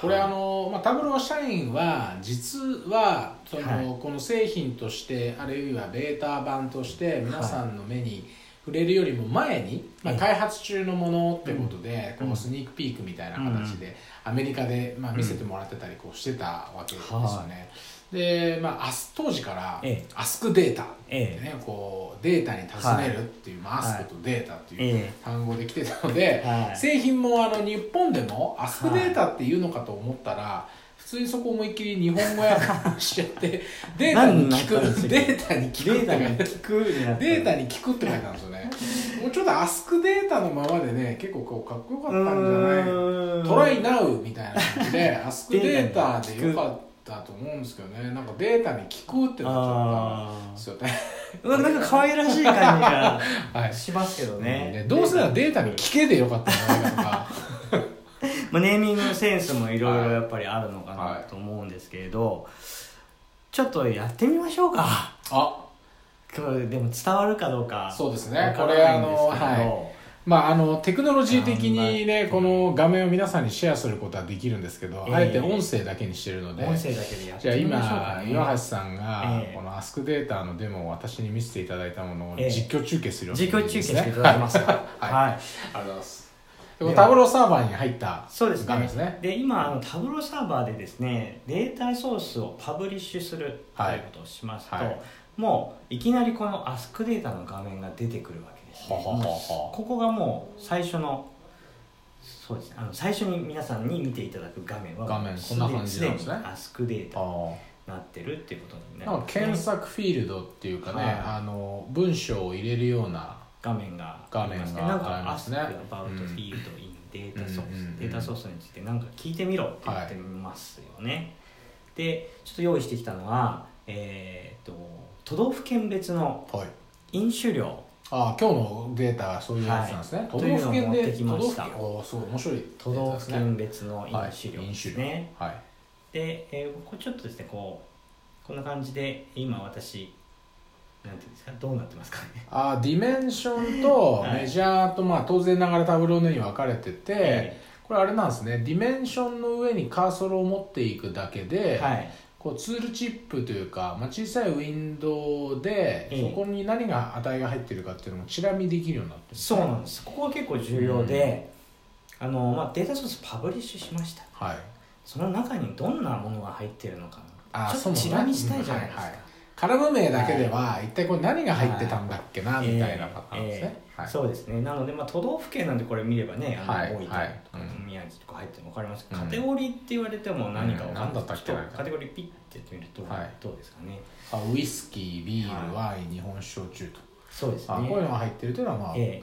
[SPEAKER 1] これ
[SPEAKER 2] はい
[SPEAKER 1] あの、まあ、タブロー社員は実はその、
[SPEAKER 2] はい
[SPEAKER 1] この製品としてあるいはベータ版として皆さんの目に触れるよりも前に、まあ、
[SPEAKER 2] ええ
[SPEAKER 1] 開発中のものってことで、
[SPEAKER 2] うん
[SPEAKER 1] このスニークピークみたいな形で、アメリカで、まあ、見せてもらってたりこうしてたわけですよね。で、まあ、アス当時から、
[SPEAKER 2] ええ
[SPEAKER 1] アスクデータって
[SPEAKER 2] ええ
[SPEAKER 1] ね、こうデータに尋ねるっていう、まあ、アスクとデータっていう
[SPEAKER 2] え
[SPEAKER 1] 単語で来てたので、
[SPEAKER 2] はい
[SPEAKER 1] 製品もあの日本でもアスクデータっていうのかと思ったら、普通にそこ思いっきり日本語やしちゃって
[SPEAKER 2] (laughs)
[SPEAKER 1] データに聞
[SPEAKER 2] 何になったんです
[SPEAKER 1] く
[SPEAKER 2] か
[SPEAKER 1] データに
[SPEAKER 2] え
[SPEAKER 1] 聞く
[SPEAKER 2] デ
[SPEAKER 1] って
[SPEAKER 2] ータ
[SPEAKER 1] 書い
[SPEAKER 2] に
[SPEAKER 1] て
[SPEAKER 2] 聞くになった
[SPEAKER 1] データに聞くって書いてあるんですよねもうちょっとアスクデータのままでね結構こうかっこよかったんじゃないう
[SPEAKER 2] ーん
[SPEAKER 1] トライナウみたいな感じ
[SPEAKER 2] (laughs)
[SPEAKER 1] でアスクデータでよかったと思うんですけどねなんかデータに聞くってなっちゃったん
[SPEAKER 2] あ
[SPEAKER 1] ですよね
[SPEAKER 2] ーなんか可愛らしい感じ
[SPEAKER 1] は
[SPEAKER 2] が
[SPEAKER 1] (laughs) い
[SPEAKER 2] しますけどね,、
[SPEAKER 1] ねどうせならデータに聞けでよかったんじゃないかとか
[SPEAKER 2] まあ、ネーミングのセンスもいろいろやっぱりあるのかなと思うんですけれど、ちょっとやってみましょうか
[SPEAKER 1] あ
[SPEAKER 2] これでも伝わるかどうか
[SPEAKER 1] そうですね
[SPEAKER 2] わから
[SPEAKER 1] これ
[SPEAKER 2] ない
[SPEAKER 1] あ
[SPEAKER 2] んで
[SPEAKER 1] の
[SPEAKER 2] すけど
[SPEAKER 1] はまあ、あのテクノロジー的に
[SPEAKER 2] あん
[SPEAKER 1] ね
[SPEAKER 2] ま
[SPEAKER 1] この画面を皆さんにシェアすることはできるんですけど、
[SPEAKER 2] ええ
[SPEAKER 1] あえて音声だけにしてるので
[SPEAKER 2] 音声だけでやっ
[SPEAKER 1] じゃあ
[SPEAKER 2] てみましょう
[SPEAKER 1] 今
[SPEAKER 2] か、ね
[SPEAKER 1] 岩橋さんが
[SPEAKER 2] ええ
[SPEAKER 1] このアスクデータのデモを私に見せていただいたものを
[SPEAKER 2] ええ
[SPEAKER 1] 実況中継するよう
[SPEAKER 2] 実況中継していた
[SPEAKER 1] だ
[SPEAKER 2] だけますか
[SPEAKER 1] (laughs) はい
[SPEAKER 2] はい
[SPEAKER 1] ありがとうございますこのタブローサーバーに入った
[SPEAKER 2] そうですね
[SPEAKER 1] 画面ですね
[SPEAKER 2] で今あのタブローサーバーでですねデータソースをパブリッシュすると
[SPEAKER 1] はい
[SPEAKER 2] いうことをしますと、
[SPEAKER 1] はい
[SPEAKER 2] もういきなりこの Ask データの画面が出てくるわけです、ね、
[SPEAKER 1] はははは
[SPEAKER 2] ここがもう最初のそうですねあの最初に皆さんに見ていただく画面は
[SPEAKER 1] 画面こんな感じなんですね
[SPEAKER 2] に Ask データに
[SPEAKER 1] あ
[SPEAKER 2] なってるっていうことに
[SPEAKER 1] あ
[SPEAKER 2] なり
[SPEAKER 1] なん
[SPEAKER 2] ま
[SPEAKER 1] か
[SPEAKER 2] す、ね、
[SPEAKER 1] 検索フィールドっていうかね、
[SPEAKER 2] はい
[SPEAKER 1] あの文章を入れるような
[SPEAKER 2] 画面が
[SPEAKER 1] 画面が
[SPEAKER 2] ありましてなん
[SPEAKER 1] あり
[SPEAKER 2] か「
[SPEAKER 1] ますね
[SPEAKER 2] Ask about
[SPEAKER 1] うん
[SPEAKER 2] field in data
[SPEAKER 1] うんうんうん
[SPEAKER 2] source」データソースについてなんか聞いてみろって言ってますよね、でちょっと用意してきたのはえーっと都道府県別の
[SPEAKER 1] はい
[SPEAKER 2] 飲酒量
[SPEAKER 1] あ今日のデータはそういうやつなんですね、
[SPEAKER 2] はい
[SPEAKER 1] 都道府県で
[SPEAKER 2] というのを持ってきました
[SPEAKER 1] 都道府県おーすごい面白いデ
[SPEAKER 2] 都
[SPEAKER 1] ータ
[SPEAKER 2] 道
[SPEAKER 1] です
[SPEAKER 2] 府
[SPEAKER 1] ね
[SPEAKER 2] 県別の飲酒
[SPEAKER 1] はい
[SPEAKER 2] 量で
[SPEAKER 1] 飲
[SPEAKER 2] す
[SPEAKER 1] 酒量
[SPEAKER 2] ね、
[SPEAKER 1] はい
[SPEAKER 2] で、えー、これちょっとですねこうこんな感じで今私なんていうんですかどうなってますかね
[SPEAKER 1] あーディメンションと
[SPEAKER 2] はい
[SPEAKER 1] メジャーと、まあ、当然ながらタブローのように分かれてて、
[SPEAKER 2] え
[SPEAKER 1] これあれなんですねディメンションの上にカーソルを持っていくだけで、
[SPEAKER 2] はい
[SPEAKER 1] こうツールチップというか、まあ、小さいウィンドウで、
[SPEAKER 2] ええ
[SPEAKER 1] そこに何が値が入ってるかっていうのもチラ見できるようになってる
[SPEAKER 2] そうなんですここは結構重要で、あのまあ、データソースパブリッシュしました
[SPEAKER 1] はい
[SPEAKER 2] その中にどんなものが入ってるのか
[SPEAKER 1] あ
[SPEAKER 2] ちょ
[SPEAKER 1] そ
[SPEAKER 2] っ
[SPEAKER 1] う
[SPEAKER 2] と
[SPEAKER 1] もね
[SPEAKER 2] チラ見したいじゃないですか、
[SPEAKER 1] うんはいはいカラム名だけでは、一体これ何が入ってたんだっけな、
[SPEAKER 2] えー
[SPEAKER 1] みたいなパターンですね、
[SPEAKER 2] えー
[SPEAKER 1] はい
[SPEAKER 2] そうですねなので、まあ、都道府県なんでこれ見ればねあの、
[SPEAKER 1] はい
[SPEAKER 2] 大分とか、
[SPEAKER 1] はいうん
[SPEAKER 2] 宮城とか入っても分かりますけ
[SPEAKER 1] う
[SPEAKER 2] ど
[SPEAKER 1] ん
[SPEAKER 2] カテゴリーって言われても何か分か
[SPEAKER 1] うん何
[SPEAKER 2] んな
[SPEAKER 1] だ
[SPEAKER 2] い、
[SPEAKER 1] ったっけ
[SPEAKER 2] ちょっとカテゴリーピッてやってみると、
[SPEAKER 1] はい
[SPEAKER 2] どうですかね
[SPEAKER 1] あウイスキービール、
[SPEAKER 2] は
[SPEAKER 1] ワイン日本酒焼酎と
[SPEAKER 2] そうですね
[SPEAKER 1] あこういうのが入ってるというのは、まあ
[SPEAKER 2] え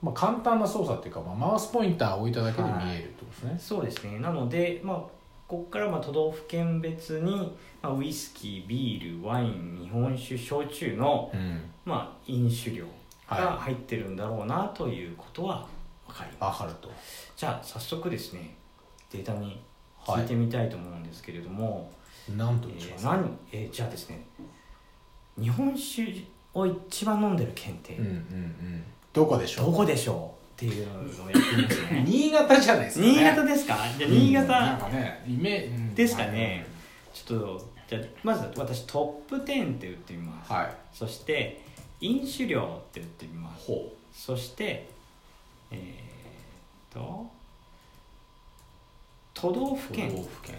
[SPEAKER 1] まあ、簡単な操作っていうか、まあ、マウスポインターを置いただけで見えるってことですね
[SPEAKER 2] え、そうですねなので、まあ、ここからまあ都道府県別に、まあ、ウイスキービールワイン日本酒焼酎の、
[SPEAKER 1] うん
[SPEAKER 2] まあ、飲酒量が
[SPEAKER 1] は
[SPEAKER 2] 入ってるんだろうなということは分かります、
[SPEAKER 1] 分かると
[SPEAKER 2] じゃあ早速ですねデータに聞いてみたいと思うんですけれども、
[SPEAKER 1] なんと
[SPEAKER 2] え
[SPEAKER 1] でしょう
[SPEAKER 2] ー何えーじゃあですね日本酒を一番飲んでる県って
[SPEAKER 1] うんうんうんどこでしょ
[SPEAKER 2] ど
[SPEAKER 1] う
[SPEAKER 2] こでしょうっていうのをやってみますね
[SPEAKER 1] (laughs) 新潟じゃないですか、ね、
[SPEAKER 2] 新潟ですかじゃあ (laughs) 新
[SPEAKER 1] なん
[SPEAKER 2] 潟
[SPEAKER 1] かねイメージうん
[SPEAKER 2] ですかね、ちょっとじゃあまず私トップ10って打ってみます、
[SPEAKER 1] はい
[SPEAKER 2] そして飲酒量って打ってみます
[SPEAKER 1] ほ
[SPEAKER 2] そしてえー、っと都道府
[SPEAKER 1] う
[SPEAKER 2] 県
[SPEAKER 1] 都道府県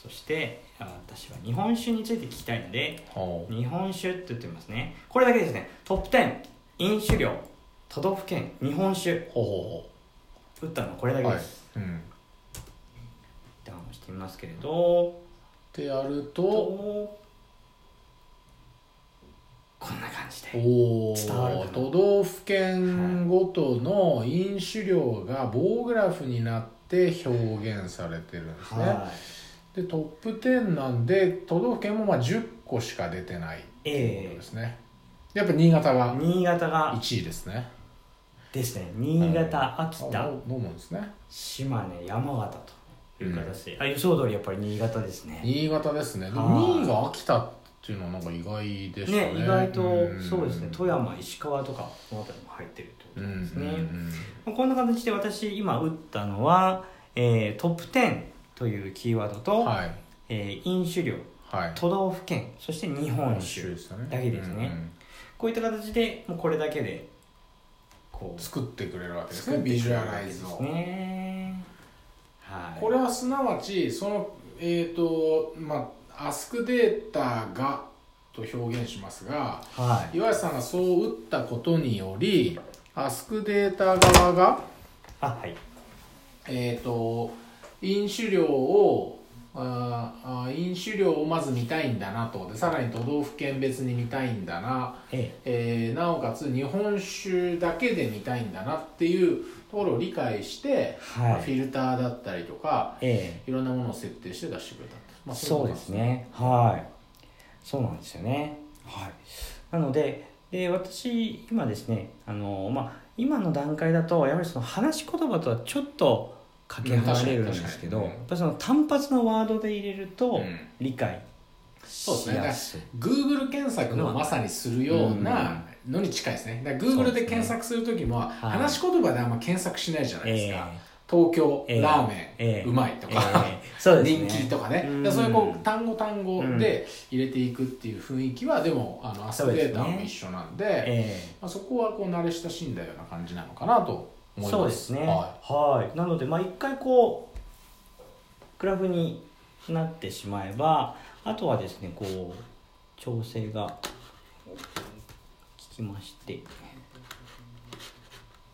[SPEAKER 2] そしてあ私は日本酒について聞きたいので
[SPEAKER 1] ほう
[SPEAKER 2] 日本酒って言ってますねこれだけですねトップ10飲酒量都道府県日本酒
[SPEAKER 1] ほう
[SPEAKER 2] 打ったのはこれだ
[SPEAKER 1] ほうほう
[SPEAKER 2] け
[SPEAKER 1] はい
[SPEAKER 2] です、
[SPEAKER 1] うん
[SPEAKER 2] ダウンしてみますけれど
[SPEAKER 1] ってやる
[SPEAKER 2] と
[SPEAKER 1] と
[SPEAKER 2] こんな感じで
[SPEAKER 1] お
[SPEAKER 2] 伝わるか
[SPEAKER 1] お
[SPEAKER 2] な
[SPEAKER 1] 都道府県ごとの飲酒量が棒グラフになって表現されてるんですね、
[SPEAKER 2] はい
[SPEAKER 1] でトップ10なんで都道府県もまあ10個しか出てないってこと
[SPEAKER 2] え
[SPEAKER 1] ですね、やっぱ新潟
[SPEAKER 2] ー
[SPEAKER 1] が
[SPEAKER 2] 新潟が
[SPEAKER 1] 1位ですね
[SPEAKER 2] ですね新潟秋
[SPEAKER 1] あ
[SPEAKER 2] 田
[SPEAKER 1] 飲むんですね
[SPEAKER 2] 島根山形という形で、あ予想通りやっぱり新潟ですね
[SPEAKER 1] 新潟ですねで
[SPEAKER 2] はい
[SPEAKER 1] も2位が秋田っていうのはなんか意外でしたね
[SPEAKER 2] ね意外と
[SPEAKER 1] ん
[SPEAKER 2] そうですね、富山石川とかこの辺りも入ってるって
[SPEAKER 1] う
[SPEAKER 2] こ
[SPEAKER 1] んう
[SPEAKER 2] と
[SPEAKER 1] ん
[SPEAKER 2] ですね、
[SPEAKER 1] うん
[SPEAKER 2] まあこんな形で私今打ったのは、えートップ10というキーワードと、
[SPEAKER 1] はい
[SPEAKER 2] えー飲酒量
[SPEAKER 1] はい
[SPEAKER 2] 都道府県そして日本酒
[SPEAKER 1] すね
[SPEAKER 2] だけですねこういった形でもうこれだけでこう
[SPEAKER 1] 作ってくれるわけです
[SPEAKER 2] 作
[SPEAKER 1] ね
[SPEAKER 2] って
[SPEAKER 1] ビ
[SPEAKER 2] いく
[SPEAKER 1] ジュア
[SPEAKER 2] わ
[SPEAKER 1] ラ
[SPEAKER 2] け
[SPEAKER 1] イ
[SPEAKER 2] で
[SPEAKER 1] ズ
[SPEAKER 2] す
[SPEAKER 1] を
[SPEAKER 2] ねはい
[SPEAKER 1] これはすなわちそのえっ、とまあアスクデータがと表現しますが
[SPEAKER 2] はい
[SPEAKER 1] 岩井さんがそう打ったことによりアスクデータ側が
[SPEAKER 2] あはい
[SPEAKER 1] えっ、と飲酒量をあーあー飲酒量をまず見たいんだなとでさらに都道府県別に見たいんだな
[SPEAKER 2] え
[SPEAKER 1] えーなおかつ日本酒だけで見たいんだなっていうところを理解して、
[SPEAKER 2] はい
[SPEAKER 1] まあフィルターだったりとか
[SPEAKER 2] ええ
[SPEAKER 1] いろんなものを設定して出してくれた、
[SPEAKER 2] え
[SPEAKER 1] まあ
[SPEAKER 2] そうですねはいそうなんですよねはいなのでで私今ですねあのまあ今の段階だとやはりその話し言葉とはちょっとかけ離れるんですけ
[SPEAKER 1] う
[SPEAKER 2] ど、
[SPEAKER 1] ん確かに確かに
[SPEAKER 2] やっぱりその単発のワードで入れると
[SPEAKER 1] うん
[SPEAKER 2] 理解
[SPEAKER 1] そうです
[SPEAKER 2] し
[SPEAKER 1] ね
[SPEAKER 2] やすい、
[SPEAKER 1] Google 検索のまさにするようなのに近いですねだから Google で検索する時も
[SPEAKER 2] すねはい
[SPEAKER 1] 話し言葉であんま検索しないじゃないですか、
[SPEAKER 2] え
[SPEAKER 1] 東京、
[SPEAKER 2] ええ
[SPEAKER 1] ラーメン、
[SPEAKER 2] ええ
[SPEAKER 1] うまいと
[SPEAKER 2] え
[SPEAKER 1] か、 (laughs)
[SPEAKER 2] ええそうですね
[SPEAKER 1] 人気とかね、
[SPEAKER 2] うん
[SPEAKER 1] でそういうこう単語単語で入れていくっていう雰囲気は、でもあのアス
[SPEAKER 2] そう
[SPEAKER 1] ク
[SPEAKER 2] です
[SPEAKER 1] デ
[SPEAKER 2] ね
[SPEAKER 1] ータも一緒なんで
[SPEAKER 2] ええ
[SPEAKER 1] まあ、そこはこう慣れ親しんだような感じなのかなと思います
[SPEAKER 2] そうですね
[SPEAKER 1] は
[SPEAKER 2] はいなのでまあ一回こうグラフになってしまえばあとはですねこう調整が効きまして
[SPEAKER 1] い、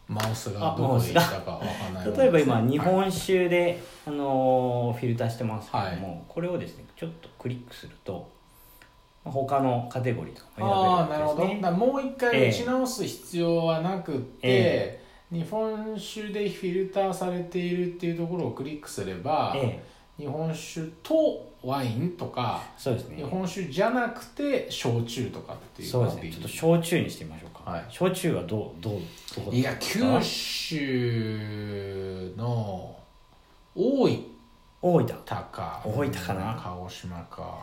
[SPEAKER 1] マウスがどこに行ったかわかんない
[SPEAKER 2] 例えば今
[SPEAKER 1] はい
[SPEAKER 2] 日本酒で、あのーフィルターしてますけども、
[SPEAKER 1] は
[SPEAKER 2] これをですねちょっとクリックするとまあ他のカテゴリーとかも
[SPEAKER 1] ああ
[SPEAKER 2] 選べ
[SPEAKER 1] な
[SPEAKER 2] る
[SPEAKER 1] る
[SPEAKER 2] わ
[SPEAKER 1] ほ
[SPEAKER 2] け
[SPEAKER 1] ど
[SPEAKER 2] です
[SPEAKER 1] だ
[SPEAKER 2] ね
[SPEAKER 1] からもう一
[SPEAKER 2] え
[SPEAKER 1] 回
[SPEAKER 2] え
[SPEAKER 1] 打ち直す必要はなくって、
[SPEAKER 2] え
[SPEAKER 1] 日本酒でフィルターされているっていうところをクリックすれば、
[SPEAKER 2] ええ
[SPEAKER 1] 日本酒とワインとか
[SPEAKER 2] そうですね
[SPEAKER 1] 日本酒じゃなくて焼酎とかっていう
[SPEAKER 2] そうです
[SPEAKER 1] のが
[SPEAKER 2] ね
[SPEAKER 1] いい
[SPEAKER 2] ちょっと焼酎にしてみましょうか、
[SPEAKER 1] はい
[SPEAKER 2] 焼酎はどうどうどこ
[SPEAKER 1] いや
[SPEAKER 2] ですか
[SPEAKER 1] 九州の大分
[SPEAKER 2] 大分
[SPEAKER 1] か
[SPEAKER 2] 大分かな
[SPEAKER 1] 鹿児島か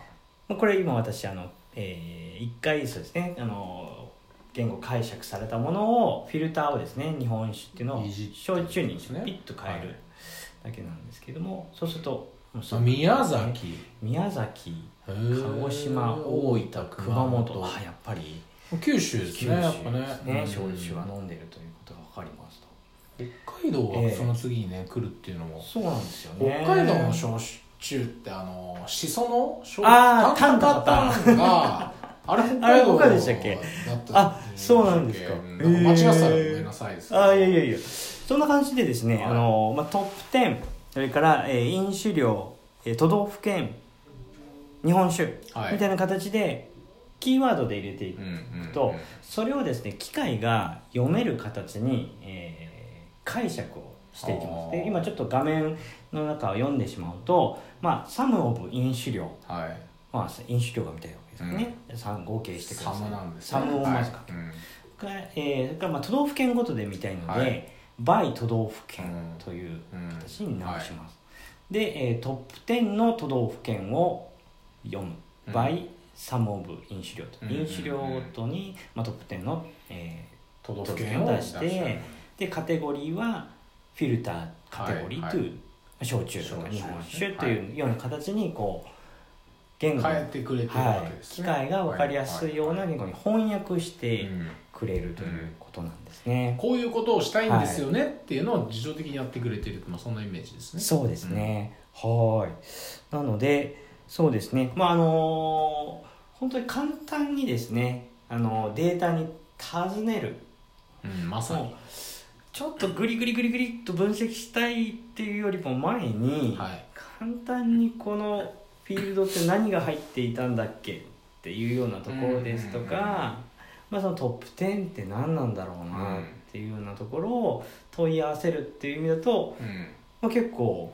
[SPEAKER 2] まあこれ今私あの、えー、一回そうですねあの言語解釈されたものをフィルターをですね日本酒っていうのを
[SPEAKER 1] いじって
[SPEAKER 2] 焼酎に
[SPEAKER 1] ですね
[SPEAKER 2] ピッと変えるだけなんですけども、そうするともうす
[SPEAKER 1] あ
[SPEAKER 2] ぐ
[SPEAKER 1] 宮崎
[SPEAKER 2] 宮崎
[SPEAKER 1] 鹿
[SPEAKER 2] 鹿児島大分熊本あやっぱり
[SPEAKER 1] 九州です
[SPEAKER 2] 九州
[SPEAKER 1] ねやっぱね
[SPEAKER 2] ですね焼酎は飲んでるということが分かりますと
[SPEAKER 1] 北海道はその次にね来るっていうのも
[SPEAKER 2] そうなんですよ
[SPEAKER 1] 北
[SPEAKER 2] ね
[SPEAKER 1] 海道の焼酎ってあのしその焼
[SPEAKER 2] あー
[SPEAKER 1] タンタン
[SPEAKER 2] タン
[SPEAKER 1] タンがあれ北
[SPEAKER 2] あれ
[SPEAKER 1] 海道
[SPEAKER 2] 北海道でしたっけ
[SPEAKER 1] だった
[SPEAKER 2] あそうなんですか
[SPEAKER 1] うんなん間違ってたらごめんなさいですけど
[SPEAKER 2] あいやいやいやそんな感じでですね、
[SPEAKER 1] はい
[SPEAKER 2] あのまあ、トップ10それから、えー飲酒量、えー都道府県日本酒、
[SPEAKER 1] はい
[SPEAKER 2] みたいな形でキーワードで入れてい
[SPEAKER 1] う
[SPEAKER 2] く
[SPEAKER 1] んうんうん
[SPEAKER 2] と、それをですね機械が読める形に、えー解釈をしていきます
[SPEAKER 1] あ
[SPEAKER 2] で
[SPEAKER 1] ー
[SPEAKER 2] 今ちょっと画面の中を読んでしまうと、まあ、サム・オブ飲酒量、
[SPEAKER 1] はい
[SPEAKER 2] まあ、飲酒量が見たいわけですよね、さん合計してくださ
[SPEAKER 1] サ
[SPEAKER 2] い
[SPEAKER 1] ムなんです
[SPEAKER 2] サム・オブ・マスカ、
[SPEAKER 1] はいうん
[SPEAKER 2] がえー、それからまあ都道府県ごとで見たいので、
[SPEAKER 1] はい
[SPEAKER 2] バイ都道府県
[SPEAKER 1] うん
[SPEAKER 2] という
[SPEAKER 1] うん
[SPEAKER 2] 形に直します、で、えートップ10の都道府県を読む、
[SPEAKER 1] うん
[SPEAKER 2] バイサム・オブ・飲酒量と、
[SPEAKER 1] うんうんうん
[SPEAKER 2] 飲酒量ごとに、まあ、トップ10の、え
[SPEAKER 1] 都道
[SPEAKER 2] 道
[SPEAKER 1] 府
[SPEAKER 2] 府
[SPEAKER 1] 県
[SPEAKER 2] 県
[SPEAKER 1] を
[SPEAKER 2] を
[SPEAKER 1] 出
[SPEAKER 2] 出
[SPEAKER 1] し
[SPEAKER 2] しててーでカテゴリーはフィルターカテゴリー
[SPEAKER 1] はい
[SPEAKER 2] という、焼酎とか
[SPEAKER 1] 焼酎
[SPEAKER 2] 日本
[SPEAKER 1] ですね
[SPEAKER 2] 酒というような形にこう言語の、
[SPEAKER 1] 変
[SPEAKER 2] は
[SPEAKER 1] えてくれてるわけ
[SPEAKER 2] い、
[SPEAKER 1] です
[SPEAKER 2] 機
[SPEAKER 1] ね
[SPEAKER 2] 械が分かりやすいような言語に翻訳して、
[SPEAKER 1] うん
[SPEAKER 2] くれるということなんですね。
[SPEAKER 1] こういうことをしたいんですよねっていうのを自動的にやってくれてるまあそんなイメージですね
[SPEAKER 2] そうですね。はーい。なので、そうですね。まああのー本当に簡単にですね、あのーデータに尋ねる。
[SPEAKER 1] うんまさに
[SPEAKER 2] ちょっとグリグリグリグリっと分析したいっていうよりも前に、
[SPEAKER 1] はい
[SPEAKER 2] 簡単にこのフィールドって何が入っていたんだっけっていうようなところですと
[SPEAKER 1] うんうんうん
[SPEAKER 2] か、まあ、そのトップ10って何なんだろうなっていうようなところを問い合わせるっていう意味だと、
[SPEAKER 1] うん
[SPEAKER 2] まあ、結構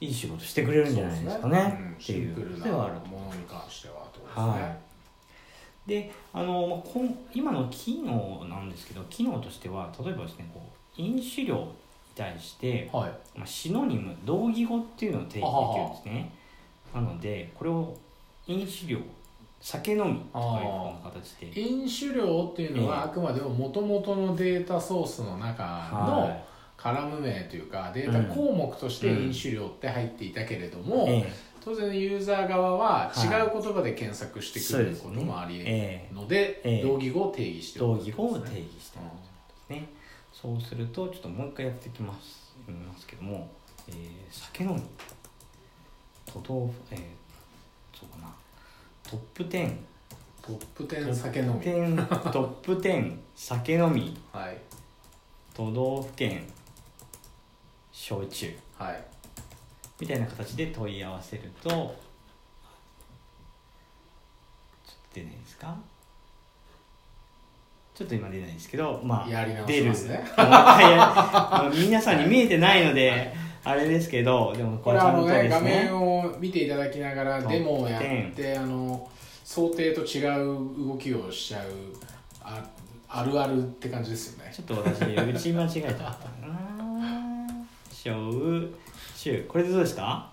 [SPEAKER 2] いい仕事してくれるんじゃないですかね
[SPEAKER 1] うん
[SPEAKER 2] って
[SPEAKER 1] シ
[SPEAKER 2] い
[SPEAKER 1] ン
[SPEAKER 2] う
[SPEAKER 1] プルな
[SPEAKER 2] ではある
[SPEAKER 1] ものに関してはってことです
[SPEAKER 2] は
[SPEAKER 1] ね
[SPEAKER 2] いであの、まあ、こん今の機能なんですけど機能としては例えばですねこう飲酒量に対して、
[SPEAKER 1] はい
[SPEAKER 2] まあ、シノニム同義語っていうのを定義できるんですねなのでこれを飲酒量酒飲みとかいうような形で
[SPEAKER 1] 飲酒量っていうの
[SPEAKER 2] ええ
[SPEAKER 1] はあくまでも元々のデータソースの中の
[SPEAKER 2] は
[SPEAKER 1] カラム名というかデータ項目として飲酒量って入っていたけれども、
[SPEAKER 2] いえ
[SPEAKER 1] 当然ユーザー側は
[SPEAKER 2] はい
[SPEAKER 1] 違う言葉で検索してくることもありえ
[SPEAKER 2] ええ
[SPEAKER 1] るので,、
[SPEAKER 2] ええ
[SPEAKER 1] 同義語を定義し
[SPEAKER 2] え
[SPEAKER 1] て
[SPEAKER 2] 同
[SPEAKER 1] おく
[SPEAKER 2] 義語を定義してますねそうするとちょっともう一回やっていきます読みますけども、えー酒飲み都道府えー、そうかなトップ10
[SPEAKER 1] トップ10酒飲み
[SPEAKER 2] 10トップ10酒飲み
[SPEAKER 1] はい
[SPEAKER 2] 都道府県焼酎
[SPEAKER 1] はい
[SPEAKER 2] みたいな形で問い合わせるとちょっと出ないですかちょっと今出ないですけどまあ
[SPEAKER 1] やり直します
[SPEAKER 2] 出る
[SPEAKER 1] ね
[SPEAKER 2] いやもう皆さんに見えてないのであれですけどでも
[SPEAKER 1] これあのね
[SPEAKER 2] ちゃ
[SPEAKER 1] 画
[SPEAKER 2] んとです
[SPEAKER 1] 面を見ていただきながら
[SPEAKER 2] トップ10
[SPEAKER 1] デモをやってあの想定と違う動きをしちゃうああるあるって感じですよね
[SPEAKER 2] ちょっと私打ち間違えちゃったかな焼酎これでどうですか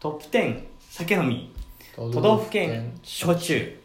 [SPEAKER 2] トップ10酒飲み
[SPEAKER 1] 都
[SPEAKER 2] 都道府県焼酎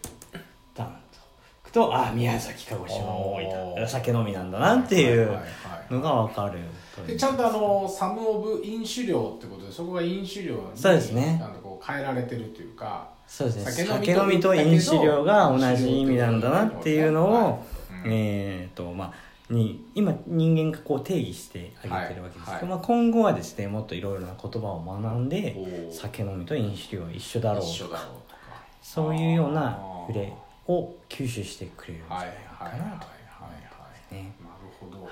[SPEAKER 2] ダンと行くとあ宮崎鹿児島大
[SPEAKER 1] おー
[SPEAKER 2] 分酒飲みなんだなっていう
[SPEAKER 1] はいはいはい
[SPEAKER 2] のが分かる
[SPEAKER 1] でちゃんとあのサム・オブ・飲酒量ってことでそこが飲酒量に
[SPEAKER 2] そうですね
[SPEAKER 1] あのこう変えられてるというか
[SPEAKER 2] そうですね
[SPEAKER 1] 酒
[SPEAKER 2] 酒
[SPEAKER 1] 飲みと
[SPEAKER 2] 飲みと飲酒量が同じ意味なんだなっていうの
[SPEAKER 1] は
[SPEAKER 2] を
[SPEAKER 1] うん
[SPEAKER 2] えーとまあに今人間がこう定義してあげてるわけですけど、
[SPEAKER 1] はいはい
[SPEAKER 2] まあ、今後はですねもっといろいろな言葉を学んで
[SPEAKER 1] おー
[SPEAKER 2] 酒飲みと飲酒量は一緒だろう
[SPEAKER 1] 一緒だろうとか
[SPEAKER 2] そういうような
[SPEAKER 1] あー
[SPEAKER 2] 触れを吸収してくれるんじゃ
[SPEAKER 1] は
[SPEAKER 2] ないい
[SPEAKER 1] はい
[SPEAKER 2] か
[SPEAKER 1] はいはいはい
[SPEAKER 2] なと。
[SPEAKER 1] はい
[SPEAKER 2] ね
[SPEAKER 1] なるほど
[SPEAKER 2] はい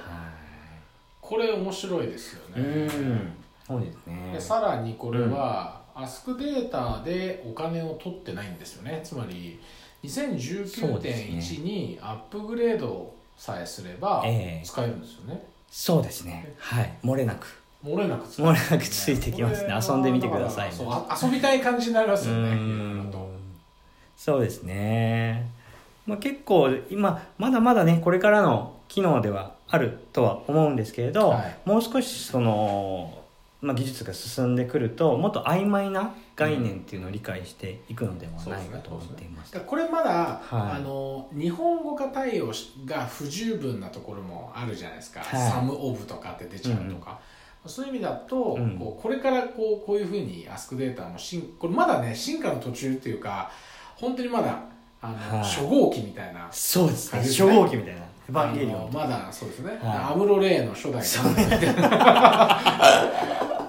[SPEAKER 1] これ面白いですよ
[SPEAKER 2] う
[SPEAKER 1] ね
[SPEAKER 2] ん、そうですね
[SPEAKER 1] で。さらにこれは、アスクデータでお金を取ってないんですよねつまり2019.1にアップグレードさえすれば
[SPEAKER 2] ええ
[SPEAKER 1] 使えるんですよね、
[SPEAKER 2] そうですねはい漏れなく
[SPEAKER 1] 漏れなく使え
[SPEAKER 2] 漏
[SPEAKER 1] る
[SPEAKER 2] れなくついてきますね遊んでみてくださいね
[SPEAKER 1] そうあ遊びたい感じになりますよね
[SPEAKER 2] う
[SPEAKER 1] い
[SPEAKER 2] ん
[SPEAKER 1] ろいろと
[SPEAKER 2] そうですね、まあ、結構今まだまだねこれからの機能ではあるとは思うんですけれど、
[SPEAKER 1] はい
[SPEAKER 2] もう少しその、まあ、技術が進んでくるともっと曖昧な概念っていうのを理解していくのではないかと思っています。
[SPEAKER 1] だからこれまだ、
[SPEAKER 2] はい
[SPEAKER 1] あの日本語化対応しが不十分なところもあるじゃないですか、
[SPEAKER 2] はい
[SPEAKER 1] サム・オブとかって出ちゃうとか、そういう意味だと、
[SPEAKER 2] うん
[SPEAKER 1] こうこれからこうこういうふうにアスクデータも進これまだね進化の途中っていうか本当にまだあの、
[SPEAKER 2] はい
[SPEAKER 1] 初号機みたいな。
[SPEAKER 2] そうですね
[SPEAKER 1] はい
[SPEAKER 2] 初号機みたいなエヴァンゲリオ
[SPEAKER 1] あの
[SPEAKER 2] ンと
[SPEAKER 1] まだそうですね、
[SPEAKER 2] はい
[SPEAKER 1] アムロ・レイの初代 (laughs)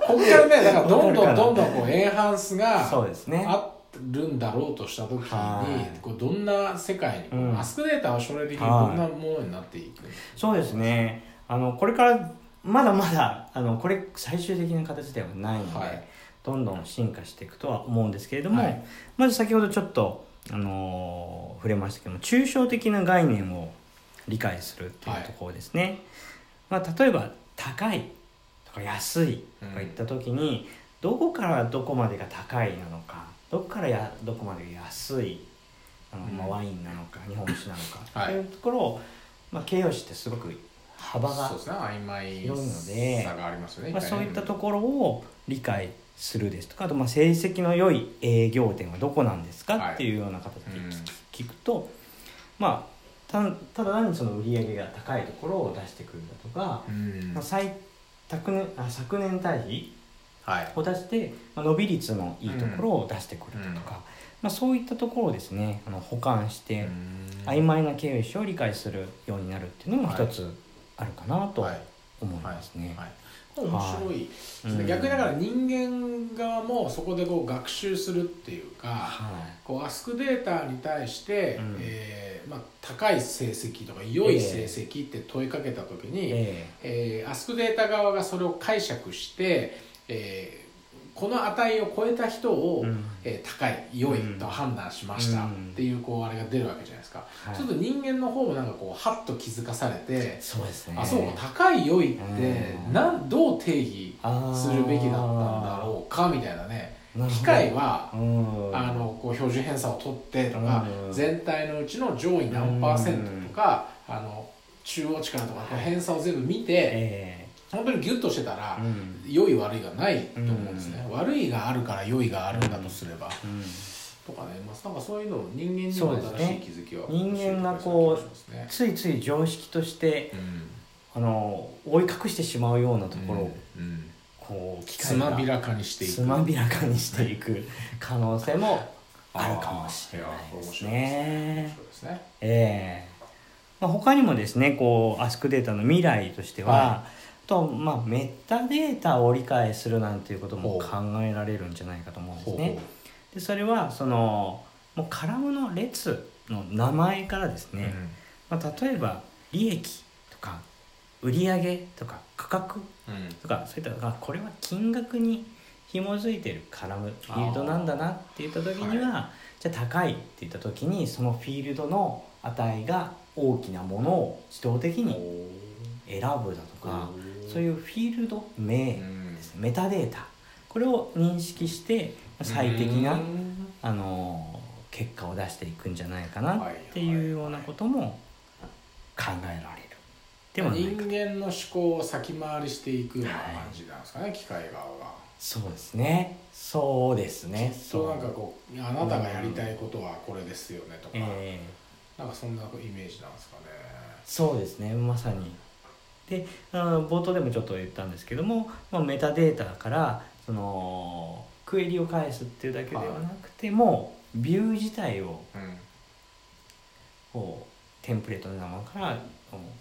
[SPEAKER 1] ここからねだからどんどんどんどんこうエンハンスが
[SPEAKER 2] そうですね
[SPEAKER 1] あるんだろうとした時に、
[SPEAKER 2] はい
[SPEAKER 1] こうどんな世界に、こう
[SPEAKER 2] うん
[SPEAKER 1] アスクデータは将来的にどんなものになっていく、
[SPEAKER 2] そうですねあのこれからまだまだあのこれ最終的な形ではないので、
[SPEAKER 1] はい
[SPEAKER 2] どんどん進化していくとは思うんですけれども、
[SPEAKER 1] はい
[SPEAKER 2] まず先ほどちょっと、あのー触れましたけども抽象的な概念を理解するってい
[SPEAKER 1] は
[SPEAKER 2] う
[SPEAKER 1] い
[SPEAKER 2] ところですね、まあ、例えば高いとか安いとかいった時に、どこからどこまでが高いなのかどこからやどこまでが安いあの、まあ
[SPEAKER 1] うん
[SPEAKER 2] ワインなのか日本酒なのか、
[SPEAKER 1] はい
[SPEAKER 2] というところを、まあ、形容詞ってすごく幅が
[SPEAKER 1] そうですね曖昧
[SPEAKER 2] 広いので
[SPEAKER 1] さがありますよね
[SPEAKER 2] まあ、
[SPEAKER 1] 一
[SPEAKER 2] そ
[SPEAKER 1] 回
[SPEAKER 2] う
[SPEAKER 1] ね
[SPEAKER 2] いったところを理解するですとかあとまあ成績の良い営業店はどこなんですか、
[SPEAKER 1] はい
[SPEAKER 2] っていうような形で
[SPEAKER 1] うん
[SPEAKER 2] 聞くと、まあたただ単にその売り上げが高いところを出してくるだとか、
[SPEAKER 1] うん
[SPEAKER 2] まあ、最昨年あ昨年対比
[SPEAKER 1] はい
[SPEAKER 2] を出して、まあ、伸び率のいいところを出してくるだとか、
[SPEAKER 1] うん
[SPEAKER 2] まあ、そういったところをですねあの補完して、
[SPEAKER 1] うん
[SPEAKER 2] 曖昧な経営者を理解するようになるっていうのも一つあるかなと
[SPEAKER 1] はい
[SPEAKER 2] 思いますね。
[SPEAKER 1] はい面白いですね、
[SPEAKER 2] うん
[SPEAKER 1] 逆にだから人間側もそこでこう学習するっていうか、
[SPEAKER 2] はい
[SPEAKER 1] こうアスクデータに対して、
[SPEAKER 2] うん
[SPEAKER 1] えーまあ、高い成績とか良い成績って問いかけた時に、
[SPEAKER 2] え
[SPEAKER 1] え
[SPEAKER 2] え
[SPEAKER 1] ーアスクデータ側がそれを解釈して、えーこの値を超えた人を、
[SPEAKER 2] うん
[SPEAKER 1] えー高い良いと判断しました
[SPEAKER 2] う
[SPEAKER 1] っ
[SPEAKER 2] ん
[SPEAKER 1] ていうこうあれが出るわけじゃないですか、
[SPEAKER 2] はい
[SPEAKER 1] ちょっと人間の方もなんかこうハッと気づかされて、
[SPEAKER 2] そうですね
[SPEAKER 1] あそうか高い良いって
[SPEAKER 2] うん
[SPEAKER 1] なんどう定義
[SPEAKER 2] あー
[SPEAKER 1] するべきだったんだろうかみたいなね
[SPEAKER 2] なるほど
[SPEAKER 1] 機械は
[SPEAKER 2] うん
[SPEAKER 1] あのこう標準偏差を取ってとか、
[SPEAKER 2] うん
[SPEAKER 1] 全体のうちの上位何パーセントとか、あの中央値からとかこう偏差を全部見て、
[SPEAKER 2] え
[SPEAKER 1] 本当にギュッとしてた
[SPEAKER 2] え
[SPEAKER 1] ら、
[SPEAKER 2] うん
[SPEAKER 1] 良い悪いがないと思うんですね、悪いがあるから良いがあるんだとすれば、
[SPEAKER 2] うん
[SPEAKER 1] とかね、まあ、なんかそういうのを人間にも
[SPEAKER 2] そうです
[SPEAKER 1] 新しい
[SPEAKER 2] ね
[SPEAKER 1] 気づきは
[SPEAKER 2] 人間がこう
[SPEAKER 1] 教えてくれた気がしますね
[SPEAKER 2] ついつい常識としてあの覆い隠してしまうようなところを、
[SPEAKER 1] うんうん
[SPEAKER 2] こう機
[SPEAKER 1] つ
[SPEAKER 2] 械が
[SPEAKER 1] まびらかにしていく
[SPEAKER 2] つまびらかにしていく可能性もあるかもしれないです
[SPEAKER 1] 面白。
[SPEAKER 2] ね
[SPEAKER 1] いですね
[SPEAKER 2] ええまあ、他にもですねこうアスクデータの未来としては、
[SPEAKER 1] は
[SPEAKER 2] あとまあ、メタデータを理解するなんていうこと
[SPEAKER 1] ほ
[SPEAKER 2] も
[SPEAKER 1] う
[SPEAKER 2] 考えられるんじゃないかと思うんです
[SPEAKER 1] ほう
[SPEAKER 2] ね。でそれはそのもうカラムの列の名前からですね、まあ、例えば利益とか売上とか価格
[SPEAKER 1] うんうん
[SPEAKER 2] とかそういったのがこれは金額に紐づいてるカラムフィールドなんだなって言った時には、じゃあ高いって言った時にそのフィールドの値が大きなものを自動的に選ぶだとかそう
[SPEAKER 1] い
[SPEAKER 2] いうフィールド名
[SPEAKER 1] うん
[SPEAKER 2] ですねメタデータこれを認識して最適な、あの結果を出していくんじゃないかなっていうようなことも考えられるではない
[SPEAKER 1] 人
[SPEAKER 2] か
[SPEAKER 1] 間の思考を先回りしていくような感じなんですかね、機械側が
[SPEAKER 2] そうですねそうですね
[SPEAKER 1] そうなん
[SPEAKER 2] う
[SPEAKER 1] かこうあなたがやりたいことはこれですよねとか、
[SPEAKER 2] ええ
[SPEAKER 1] なんかそんなイメージなんですかね
[SPEAKER 2] そうですねまさにであー冒頭でもちょっと言ったんですけども、まあ、メタデータからそのクエリを返すっていうだけではなくてもビュー自体を
[SPEAKER 1] うん
[SPEAKER 2] こうテンプレートのものから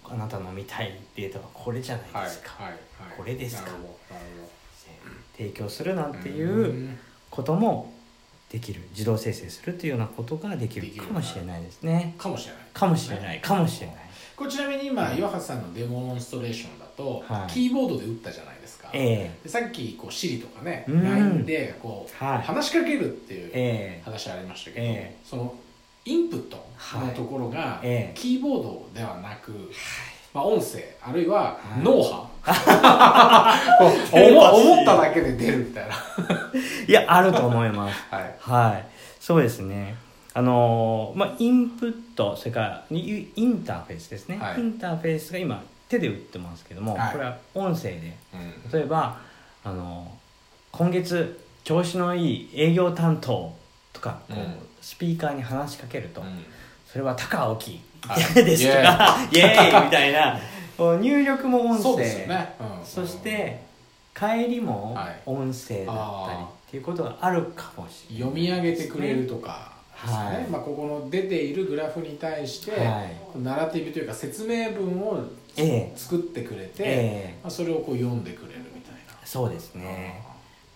[SPEAKER 2] あなたの見たいデータはこれじゃない
[SPEAKER 1] はい
[SPEAKER 2] ですか、
[SPEAKER 1] はいはい
[SPEAKER 2] これですか
[SPEAKER 1] なるほどなる
[SPEAKER 2] 提供するなん
[SPEAKER 1] ほど
[SPEAKER 2] ていうこともできる自動生成するというようなことができるかもしれないですね
[SPEAKER 1] かもしれない
[SPEAKER 2] かもしれないかもしれない
[SPEAKER 1] これちなみに今岩橋さんのデモンストレーションだと、と、
[SPEAKER 2] はい
[SPEAKER 1] キーボードで打ったじゃないですか、
[SPEAKER 2] え
[SPEAKER 1] でさっきこう Siri とかね、
[SPEAKER 2] うん
[SPEAKER 1] LINE でこう、
[SPEAKER 2] はい
[SPEAKER 1] 話しかけるっていう
[SPEAKER 2] ええ
[SPEAKER 1] 話ありましたけど、
[SPEAKER 2] ええ
[SPEAKER 1] そのインプットのところが、
[SPEAKER 2] ええ
[SPEAKER 1] キーボードではなく、まあ、音声あるいは脳波、 (laughs) こう
[SPEAKER 2] テレパシー
[SPEAKER 1] 思思っただけで出るみたいな、
[SPEAKER 2] いやあると思います
[SPEAKER 1] はい
[SPEAKER 2] はい、そうですね。あのーまあ、インプットそれからイインターフェースですね、
[SPEAKER 1] はい
[SPEAKER 2] インターフェースが今手で打ってますけども、
[SPEAKER 1] はい
[SPEAKER 2] これは音声で
[SPEAKER 1] うん
[SPEAKER 2] 例えば、あのー今月調子のいい営業担当とか、こう
[SPEAKER 1] うん
[SPEAKER 2] スピーカーに話しかけると、
[SPEAKER 1] うん
[SPEAKER 2] それは高青木、
[SPEAKER 1] はい
[SPEAKER 2] ですとかイエーイみたいなこう入力も音声
[SPEAKER 1] そうですよね、うん
[SPEAKER 2] そして帰りも
[SPEAKER 1] はい
[SPEAKER 2] 音声だったり
[SPEAKER 1] あー
[SPEAKER 2] っていうことがあるかもしれない、
[SPEAKER 1] 読み上げてくれるとかですかね、
[SPEAKER 2] はい
[SPEAKER 1] まあ、ここの出ているグラフに対して、
[SPEAKER 2] はい
[SPEAKER 1] ナラティブというか説明文を
[SPEAKER 2] ええ
[SPEAKER 1] 作ってくれて、
[SPEAKER 2] ええ
[SPEAKER 1] まあ、それをこう読んでくれるみたいな、
[SPEAKER 2] そうですね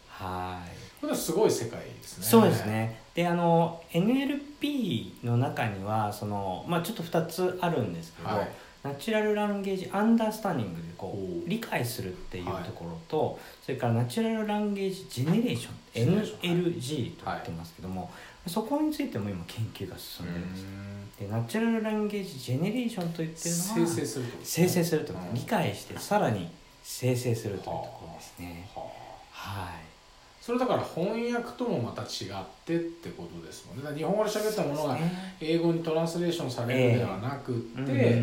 [SPEAKER 2] はい、
[SPEAKER 1] これはすごい世界ですね
[SPEAKER 2] そうですねであの NLP の中にはその、まあ、ちょっと2つあるんですけど、
[SPEAKER 1] はい
[SPEAKER 2] ナチュラルランゲージアンダースタンディングでこ
[SPEAKER 1] おう
[SPEAKER 2] う理解するっていう
[SPEAKER 1] はい
[SPEAKER 2] ところと、それからナチュラルランゲージジェネレーシ
[SPEAKER 1] ジェネレーシ
[SPEAKER 2] ョ
[SPEAKER 1] ョン
[SPEAKER 2] ン NLG と言ってますけども、そこについても今研究が進んでるんですでナチュラルランゲージジェネレーションと言ってるの
[SPEAKER 1] 生
[SPEAKER 2] は
[SPEAKER 1] 成するってこと
[SPEAKER 2] 生成するということ
[SPEAKER 1] うん
[SPEAKER 2] 理解してさらに生成するというところですね
[SPEAKER 1] はあ
[SPEAKER 2] はい
[SPEAKER 1] それだから翻訳ともまた違ってってことですもんねだから日本語で喋ったものが英語にトランスレーションされるではなくって、
[SPEAKER 2] で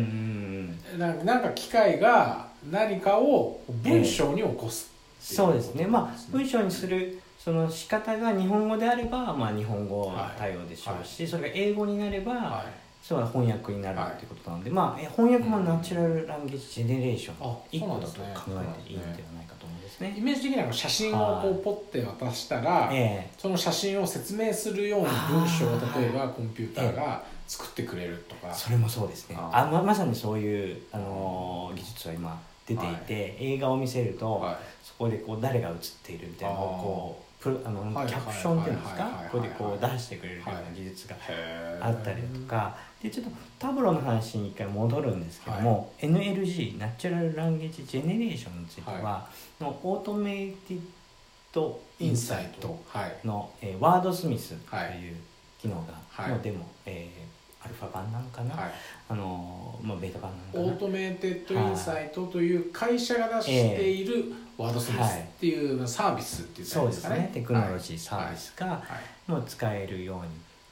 [SPEAKER 1] なんかなんか機械が何かを文章に起こすってい
[SPEAKER 2] そうですねまあ文
[SPEAKER 1] 章
[SPEAKER 2] 章にするその仕方が日本語であれば、まあ、日本語対応でしょうし、それが英語になれば、
[SPEAKER 1] はい
[SPEAKER 2] それは翻訳になる
[SPEAKER 1] はい
[SPEAKER 2] っていうことなので、まあえ翻訳もナチュラルランゲージジェネレーション
[SPEAKER 1] あ
[SPEAKER 2] 一個だと
[SPEAKER 1] そ
[SPEAKER 2] 考
[SPEAKER 1] うなんですね
[SPEAKER 2] えていいんではないかと思うんです
[SPEAKER 1] イ
[SPEAKER 2] ね。
[SPEAKER 1] メージ的には写真をこうポッて渡したら、
[SPEAKER 2] え
[SPEAKER 1] その写真を説明するような文章を例えばコンピューターが作ってくれると
[SPEAKER 2] え
[SPEAKER 1] か
[SPEAKER 2] それもそうですね
[SPEAKER 1] あ
[SPEAKER 2] あままさにそういう、あのー技術は今出ていて、映画を見せると、
[SPEAKER 1] は
[SPEAKER 2] そこでこう誰が映っているみたいなのを
[SPEAKER 1] あー
[SPEAKER 2] こうプロあの、
[SPEAKER 1] はいはい
[SPEAKER 2] キャプションっていうんです
[SPEAKER 1] はいはい
[SPEAKER 2] か
[SPEAKER 1] はい
[SPEAKER 2] ここでこう
[SPEAKER 1] はい
[SPEAKER 2] 出してくれるような技術が
[SPEAKER 1] いへー
[SPEAKER 2] あったりだとかでちょっとタブロの話に一回戻るんですけども、NLG ナチュラルランゲージジェネレーションについては、
[SPEAKER 1] は
[SPEAKER 2] のオートメイティッドイ
[SPEAKER 1] イン
[SPEAKER 2] ンサ
[SPEAKER 1] サ
[SPEAKER 2] イ
[SPEAKER 1] イ
[SPEAKER 2] ト
[SPEAKER 1] トはい
[SPEAKER 2] の、えーワードスミスと
[SPEAKER 1] はい
[SPEAKER 2] いう機能が、
[SPEAKER 1] はい
[SPEAKER 2] のデモ、えーアルファ版なのかな、
[SPEAKER 1] はい
[SPEAKER 2] あのーまあ、ベータ版な
[SPEAKER 1] オ
[SPEAKER 2] の
[SPEAKER 1] ー
[SPEAKER 2] かな
[SPEAKER 1] トメイテッドインサイトという会社が出しているワードスミスっていうサービスっていう
[SPEAKER 2] そうですねテクノロジーサービ
[SPEAKER 1] ビス
[SPEAKER 2] スが
[SPEAKER 1] はい
[SPEAKER 2] もう使えるように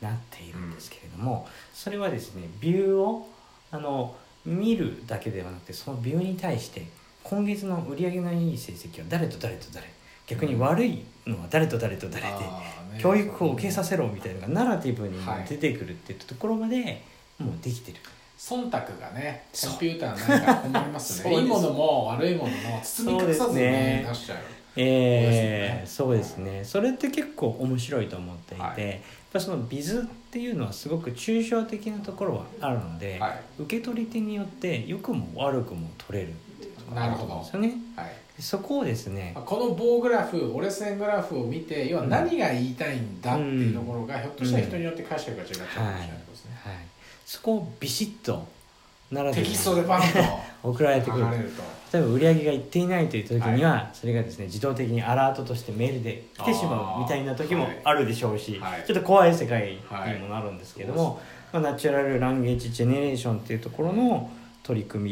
[SPEAKER 2] なっているんですけれども、それはですねビューをあの見るだけではなくてそのビューに対して今月の売り上げのいい成績は誰と誰と誰逆に悪いのは誰と誰と誰で、
[SPEAKER 1] あーね
[SPEAKER 2] 教育を受けさせろみたいなのがナラティブに
[SPEAKER 1] はい
[SPEAKER 2] 出てくるっていったところまでもうできてる、
[SPEAKER 1] 忖度がね
[SPEAKER 2] そ
[SPEAKER 1] コ
[SPEAKER 2] う
[SPEAKER 1] ンピューターなんか困りますね
[SPEAKER 2] そうです
[SPEAKER 1] いいものも悪いものも包み隠さずね
[SPEAKER 2] そうですね
[SPEAKER 1] 出しちゃう
[SPEAKER 2] えーそ
[SPEAKER 1] そうう
[SPEAKER 2] で
[SPEAKER 1] ですす
[SPEAKER 2] ねそれって結構面白いと思っていて、
[SPEAKER 1] はい
[SPEAKER 2] やっぱそのビズっていうのはすごく抽象的なところはあるので、
[SPEAKER 1] はい
[SPEAKER 2] 受け取り手によって良くも悪くも取れるっていうところがあと思うんですよね
[SPEAKER 1] はい
[SPEAKER 2] そこをですね
[SPEAKER 1] まあこの棒グラフ折れ線グラフを見て要は何が言いたいんだっていうところが、ひょっとしたら人によって解釈が違っちゃうかもしれないってことですね、
[SPEAKER 2] はい、そこをビシッとなら
[SPEAKER 1] テキストでバンと
[SPEAKER 2] 送られて
[SPEAKER 1] 書
[SPEAKER 2] くる
[SPEAKER 1] かれると
[SPEAKER 2] 例えば売り上げがいっていないという時には、それがですね自動的にアラートとしてメールで来てしま
[SPEAKER 1] あ
[SPEAKER 2] う
[SPEAKER 1] ー
[SPEAKER 2] みたいな時もあるでしょうし、
[SPEAKER 1] はい
[SPEAKER 2] ちょっと怖い世界にもなるんですけども、まあ、ナチュラルランゲージジェネレーションっていうところの取り組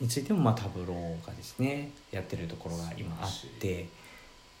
[SPEAKER 2] みについても、まあ、タブローがですねやってるところが今あって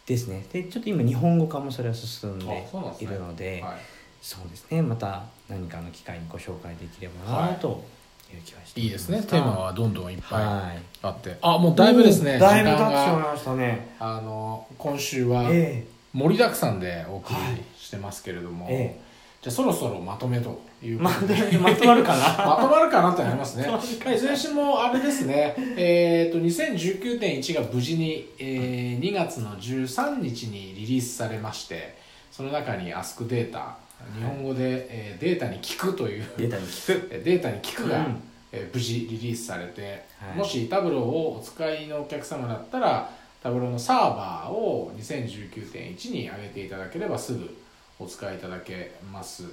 [SPEAKER 2] ですねでちょっと今日本語化もそれは進んで
[SPEAKER 1] あそうなんです
[SPEAKER 2] い
[SPEAKER 1] ね
[SPEAKER 2] るので
[SPEAKER 1] は
[SPEAKER 2] そうですねまた何かの機会にご紹介できればなという気はして
[SPEAKER 1] い、いい
[SPEAKER 2] ま
[SPEAKER 1] です
[SPEAKER 2] した
[SPEAKER 1] ねテーマはどんどんいっぱい
[SPEAKER 2] はい
[SPEAKER 1] あって、あもうだいぶです
[SPEAKER 2] う
[SPEAKER 1] ね
[SPEAKER 2] んだいぶ経
[SPEAKER 1] 時
[SPEAKER 2] っ
[SPEAKER 1] 間
[SPEAKER 2] てしまい
[SPEAKER 1] が
[SPEAKER 2] ましたね。
[SPEAKER 1] あの今週は
[SPEAKER 2] え
[SPEAKER 1] 盛りだくさんでお送り
[SPEAKER 2] はい
[SPEAKER 1] してますけれども、
[SPEAKER 2] ええ
[SPEAKER 1] じゃあそろそろまとめとい
[SPEAKER 2] え
[SPEAKER 1] うこ
[SPEAKER 2] ま
[SPEAKER 1] とで、 (laughs)
[SPEAKER 2] まとまるかな。
[SPEAKER 1] まとまるかなとなり
[SPEAKER 2] (laughs)
[SPEAKER 1] ますね。
[SPEAKER 2] ま
[SPEAKER 1] ま
[SPEAKER 2] とまるか
[SPEAKER 1] あいずれにしてもあれですね。えっと2019.1が無事に、えー2月の13日にリリースされまして、その中に Ask データ、日本語で、えーデータに聞くという
[SPEAKER 2] データに聞く。
[SPEAKER 1] えーデータに聞くが、
[SPEAKER 2] うん
[SPEAKER 1] えー無事リリースされて、
[SPEAKER 2] はい
[SPEAKER 1] もしタブローをお使いのお客様だったらタブローのサーバーを2019.1に上げていただければすぐお使いいただけます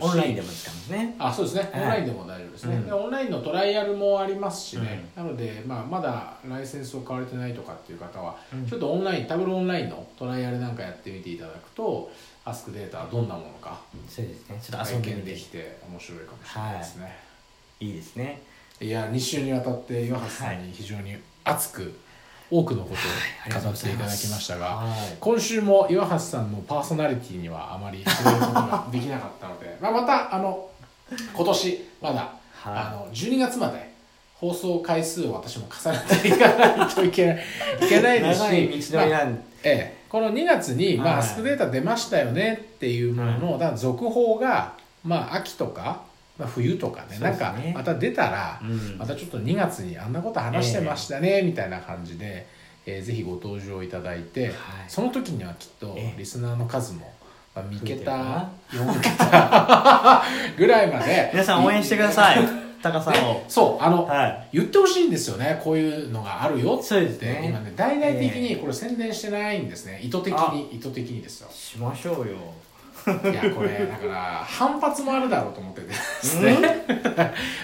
[SPEAKER 2] オンラインでも使うんですね
[SPEAKER 1] あそうですね、
[SPEAKER 2] はい
[SPEAKER 1] オンラインでも大丈夫ですね、
[SPEAKER 2] うん
[SPEAKER 1] でオンラインのトライアルもありますしね、なので、まあ、まだライセンスを買われてないとかっていう方は、
[SPEAKER 2] うん
[SPEAKER 1] ちょっとオンラインタブロオンラインのトライアルなんかやってみていただくとアスクデータはどんなものか
[SPEAKER 2] そうですねちょっと
[SPEAKER 1] 体
[SPEAKER 2] 遊んでみ
[SPEAKER 1] 験
[SPEAKER 2] て
[SPEAKER 1] できて面白いかもしれないですね、
[SPEAKER 2] いいですね
[SPEAKER 1] い、や2週にわたって岩橋さんに非常に熱く多くのことを語っていただきましたが、
[SPEAKER 2] はい
[SPEAKER 1] 今週も岩橋さんのパーソナリティにはあまり触れることができなかったので (laughs) まあまたあの今年まだ、
[SPEAKER 2] はい
[SPEAKER 1] あの12月まで放送回数を私も重ねていかないといけないいけないですし
[SPEAKER 2] 長い道のり
[SPEAKER 1] まあ
[SPEAKER 2] なん
[SPEAKER 1] ええ、この2月に、まあ、
[SPEAKER 2] はい
[SPEAKER 1] アスクデータ出ましたよねっていうものの、だから続報が、まあ、秋とか、まあ、冬とかね
[SPEAKER 2] そう
[SPEAKER 1] な
[SPEAKER 2] で
[SPEAKER 1] ん
[SPEAKER 2] すね
[SPEAKER 1] かまた出たら、
[SPEAKER 2] うん
[SPEAKER 1] またちょっと2月にあんなこと話してましたね、みたいな感じで、えーぜひご登場いただいて、
[SPEAKER 2] はい
[SPEAKER 1] その時にはきっと
[SPEAKER 2] ええ
[SPEAKER 1] リスナーの数も、まあ、3
[SPEAKER 2] 増えてるか
[SPEAKER 1] 桁
[SPEAKER 2] な
[SPEAKER 1] 4桁
[SPEAKER 2] (laughs)
[SPEAKER 1] ぐらいまで
[SPEAKER 2] 皆さん応援してくださいタカさんを
[SPEAKER 1] ねそうあの、
[SPEAKER 2] はい
[SPEAKER 1] 言ってほしいんですよねこういうのがあるよって
[SPEAKER 2] そうですね
[SPEAKER 1] 今ね大々的
[SPEAKER 2] え
[SPEAKER 1] にこれ宣伝してないんですね意図的
[SPEAKER 2] あ
[SPEAKER 1] に意図的にですよ
[SPEAKER 2] しましょうよ
[SPEAKER 1] いやこれだから反発もあるだろうと思っててですね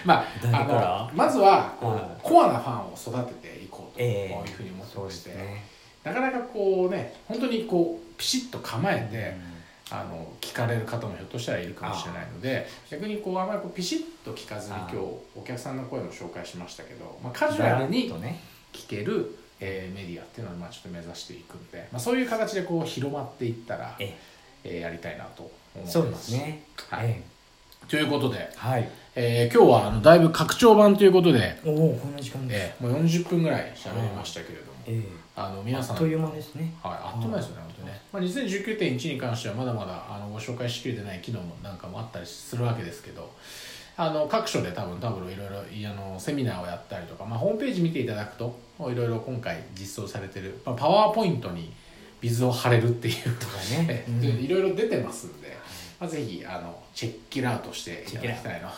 [SPEAKER 1] まあ
[SPEAKER 2] 誰から
[SPEAKER 1] あのまずはこう
[SPEAKER 2] はい
[SPEAKER 1] コアなファンを育てていこうと
[SPEAKER 2] ええ
[SPEAKER 1] こういうふうに思ってまして、
[SPEAKER 2] ね
[SPEAKER 1] なかなかこうね本当にこうピシッと構えて、
[SPEAKER 2] う
[SPEAKER 1] あの聞かれる方もひょっとしたらいるかもしれないので逆にこうあまりこうピシッと聞かずに
[SPEAKER 2] あ
[SPEAKER 1] 今
[SPEAKER 2] あ
[SPEAKER 1] 日お客さんの声も紹介しましたけど、まあ、
[SPEAKER 2] ん
[SPEAKER 1] カジュアル
[SPEAKER 2] ざ
[SPEAKER 1] に
[SPEAKER 2] らっとね
[SPEAKER 1] 聞ける、えーメディアっていうのをまあちょっと目指していくので、まあ、そういう形でこう広まっていったら、え
[SPEAKER 2] え
[SPEAKER 1] ーやりたいなと思ってます。
[SPEAKER 2] そうですね
[SPEAKER 1] はい
[SPEAKER 2] え
[SPEAKER 1] ということで
[SPEAKER 2] え、はい
[SPEAKER 1] えー今日はあのだいぶ拡張版ということで、
[SPEAKER 2] おおこんな時間です
[SPEAKER 1] えーもう40分ぐらい喋りましたけれども、
[SPEAKER 2] ええ
[SPEAKER 1] あの皆さん
[SPEAKER 2] あっという間ですね
[SPEAKER 1] はい、あっという間ですよね、本当にね。まあ、2019.1に関しては、まだまだあのご紹介しきれてない機能もなんかもあったりするわけですけど、あの各所で多分、多分いろいろいあのセミナーをやったりとか、まあ、ホームページ見ていただくと、いろいろ今回実装されてる、まあ、パワーポイントにビズを貼れるっていうと
[SPEAKER 2] かねう
[SPEAKER 1] (laughs)
[SPEAKER 2] ん
[SPEAKER 1] いろいろ出てますんで、まあ、ぜひあのチェッキラーとしていただきたいな。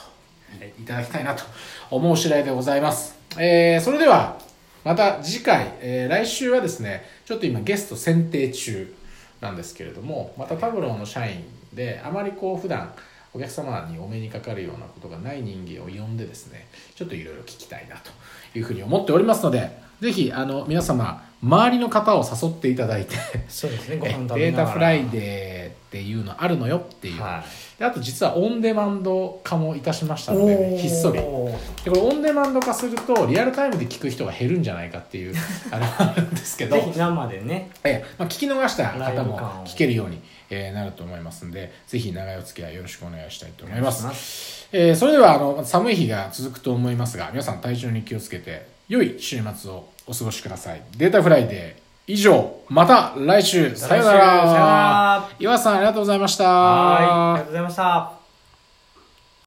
[SPEAKER 1] いただきたいなと思う次第でございます。えーそれでは、また次回、えー来週はですね、ちょっと今ゲスト選定中なんですけれども、またタブローの社員で、あまりこう普段お客様にお目にかかるようなことがない人間を呼んでですね、ちょっといろいろ聞きたいなというふうに思っておりますので、ぜひ、あの、皆様、周りの方を誘っていただいて、
[SPEAKER 2] そうですね
[SPEAKER 1] デ
[SPEAKER 2] ご飯食べ
[SPEAKER 1] ー
[SPEAKER 2] ながら
[SPEAKER 1] タフライデーっていうのあるのよっていう、
[SPEAKER 2] は
[SPEAKER 1] であと実はオンデマンド化もいたしまし
[SPEAKER 2] い
[SPEAKER 1] たので、ひっそりで
[SPEAKER 2] おー
[SPEAKER 1] これオンデマンド化するとリアルタイムで聞く人が減るんじゃないかって
[SPEAKER 2] (laughs)
[SPEAKER 1] いうあれはあるんですけど
[SPEAKER 2] ぜひ生でね
[SPEAKER 1] ええまあ、聞き逃した
[SPEAKER 2] ライ
[SPEAKER 1] 方
[SPEAKER 2] ブ
[SPEAKER 1] も
[SPEAKER 2] 感を
[SPEAKER 1] 聞けるようにえーなると思いますんでぜひ長いお付き合いよろしくお願いしたいと思います
[SPEAKER 2] お願いします
[SPEAKER 1] えーそれではあの寒い日が続くと思いますが皆さん体調に気をつけて良い週末をお過ごしくださいデータフライデー以上また来週さような
[SPEAKER 2] また来週さような
[SPEAKER 1] ら
[SPEAKER 2] ら
[SPEAKER 1] 岩さんありがとうございました
[SPEAKER 2] はいありがとうございました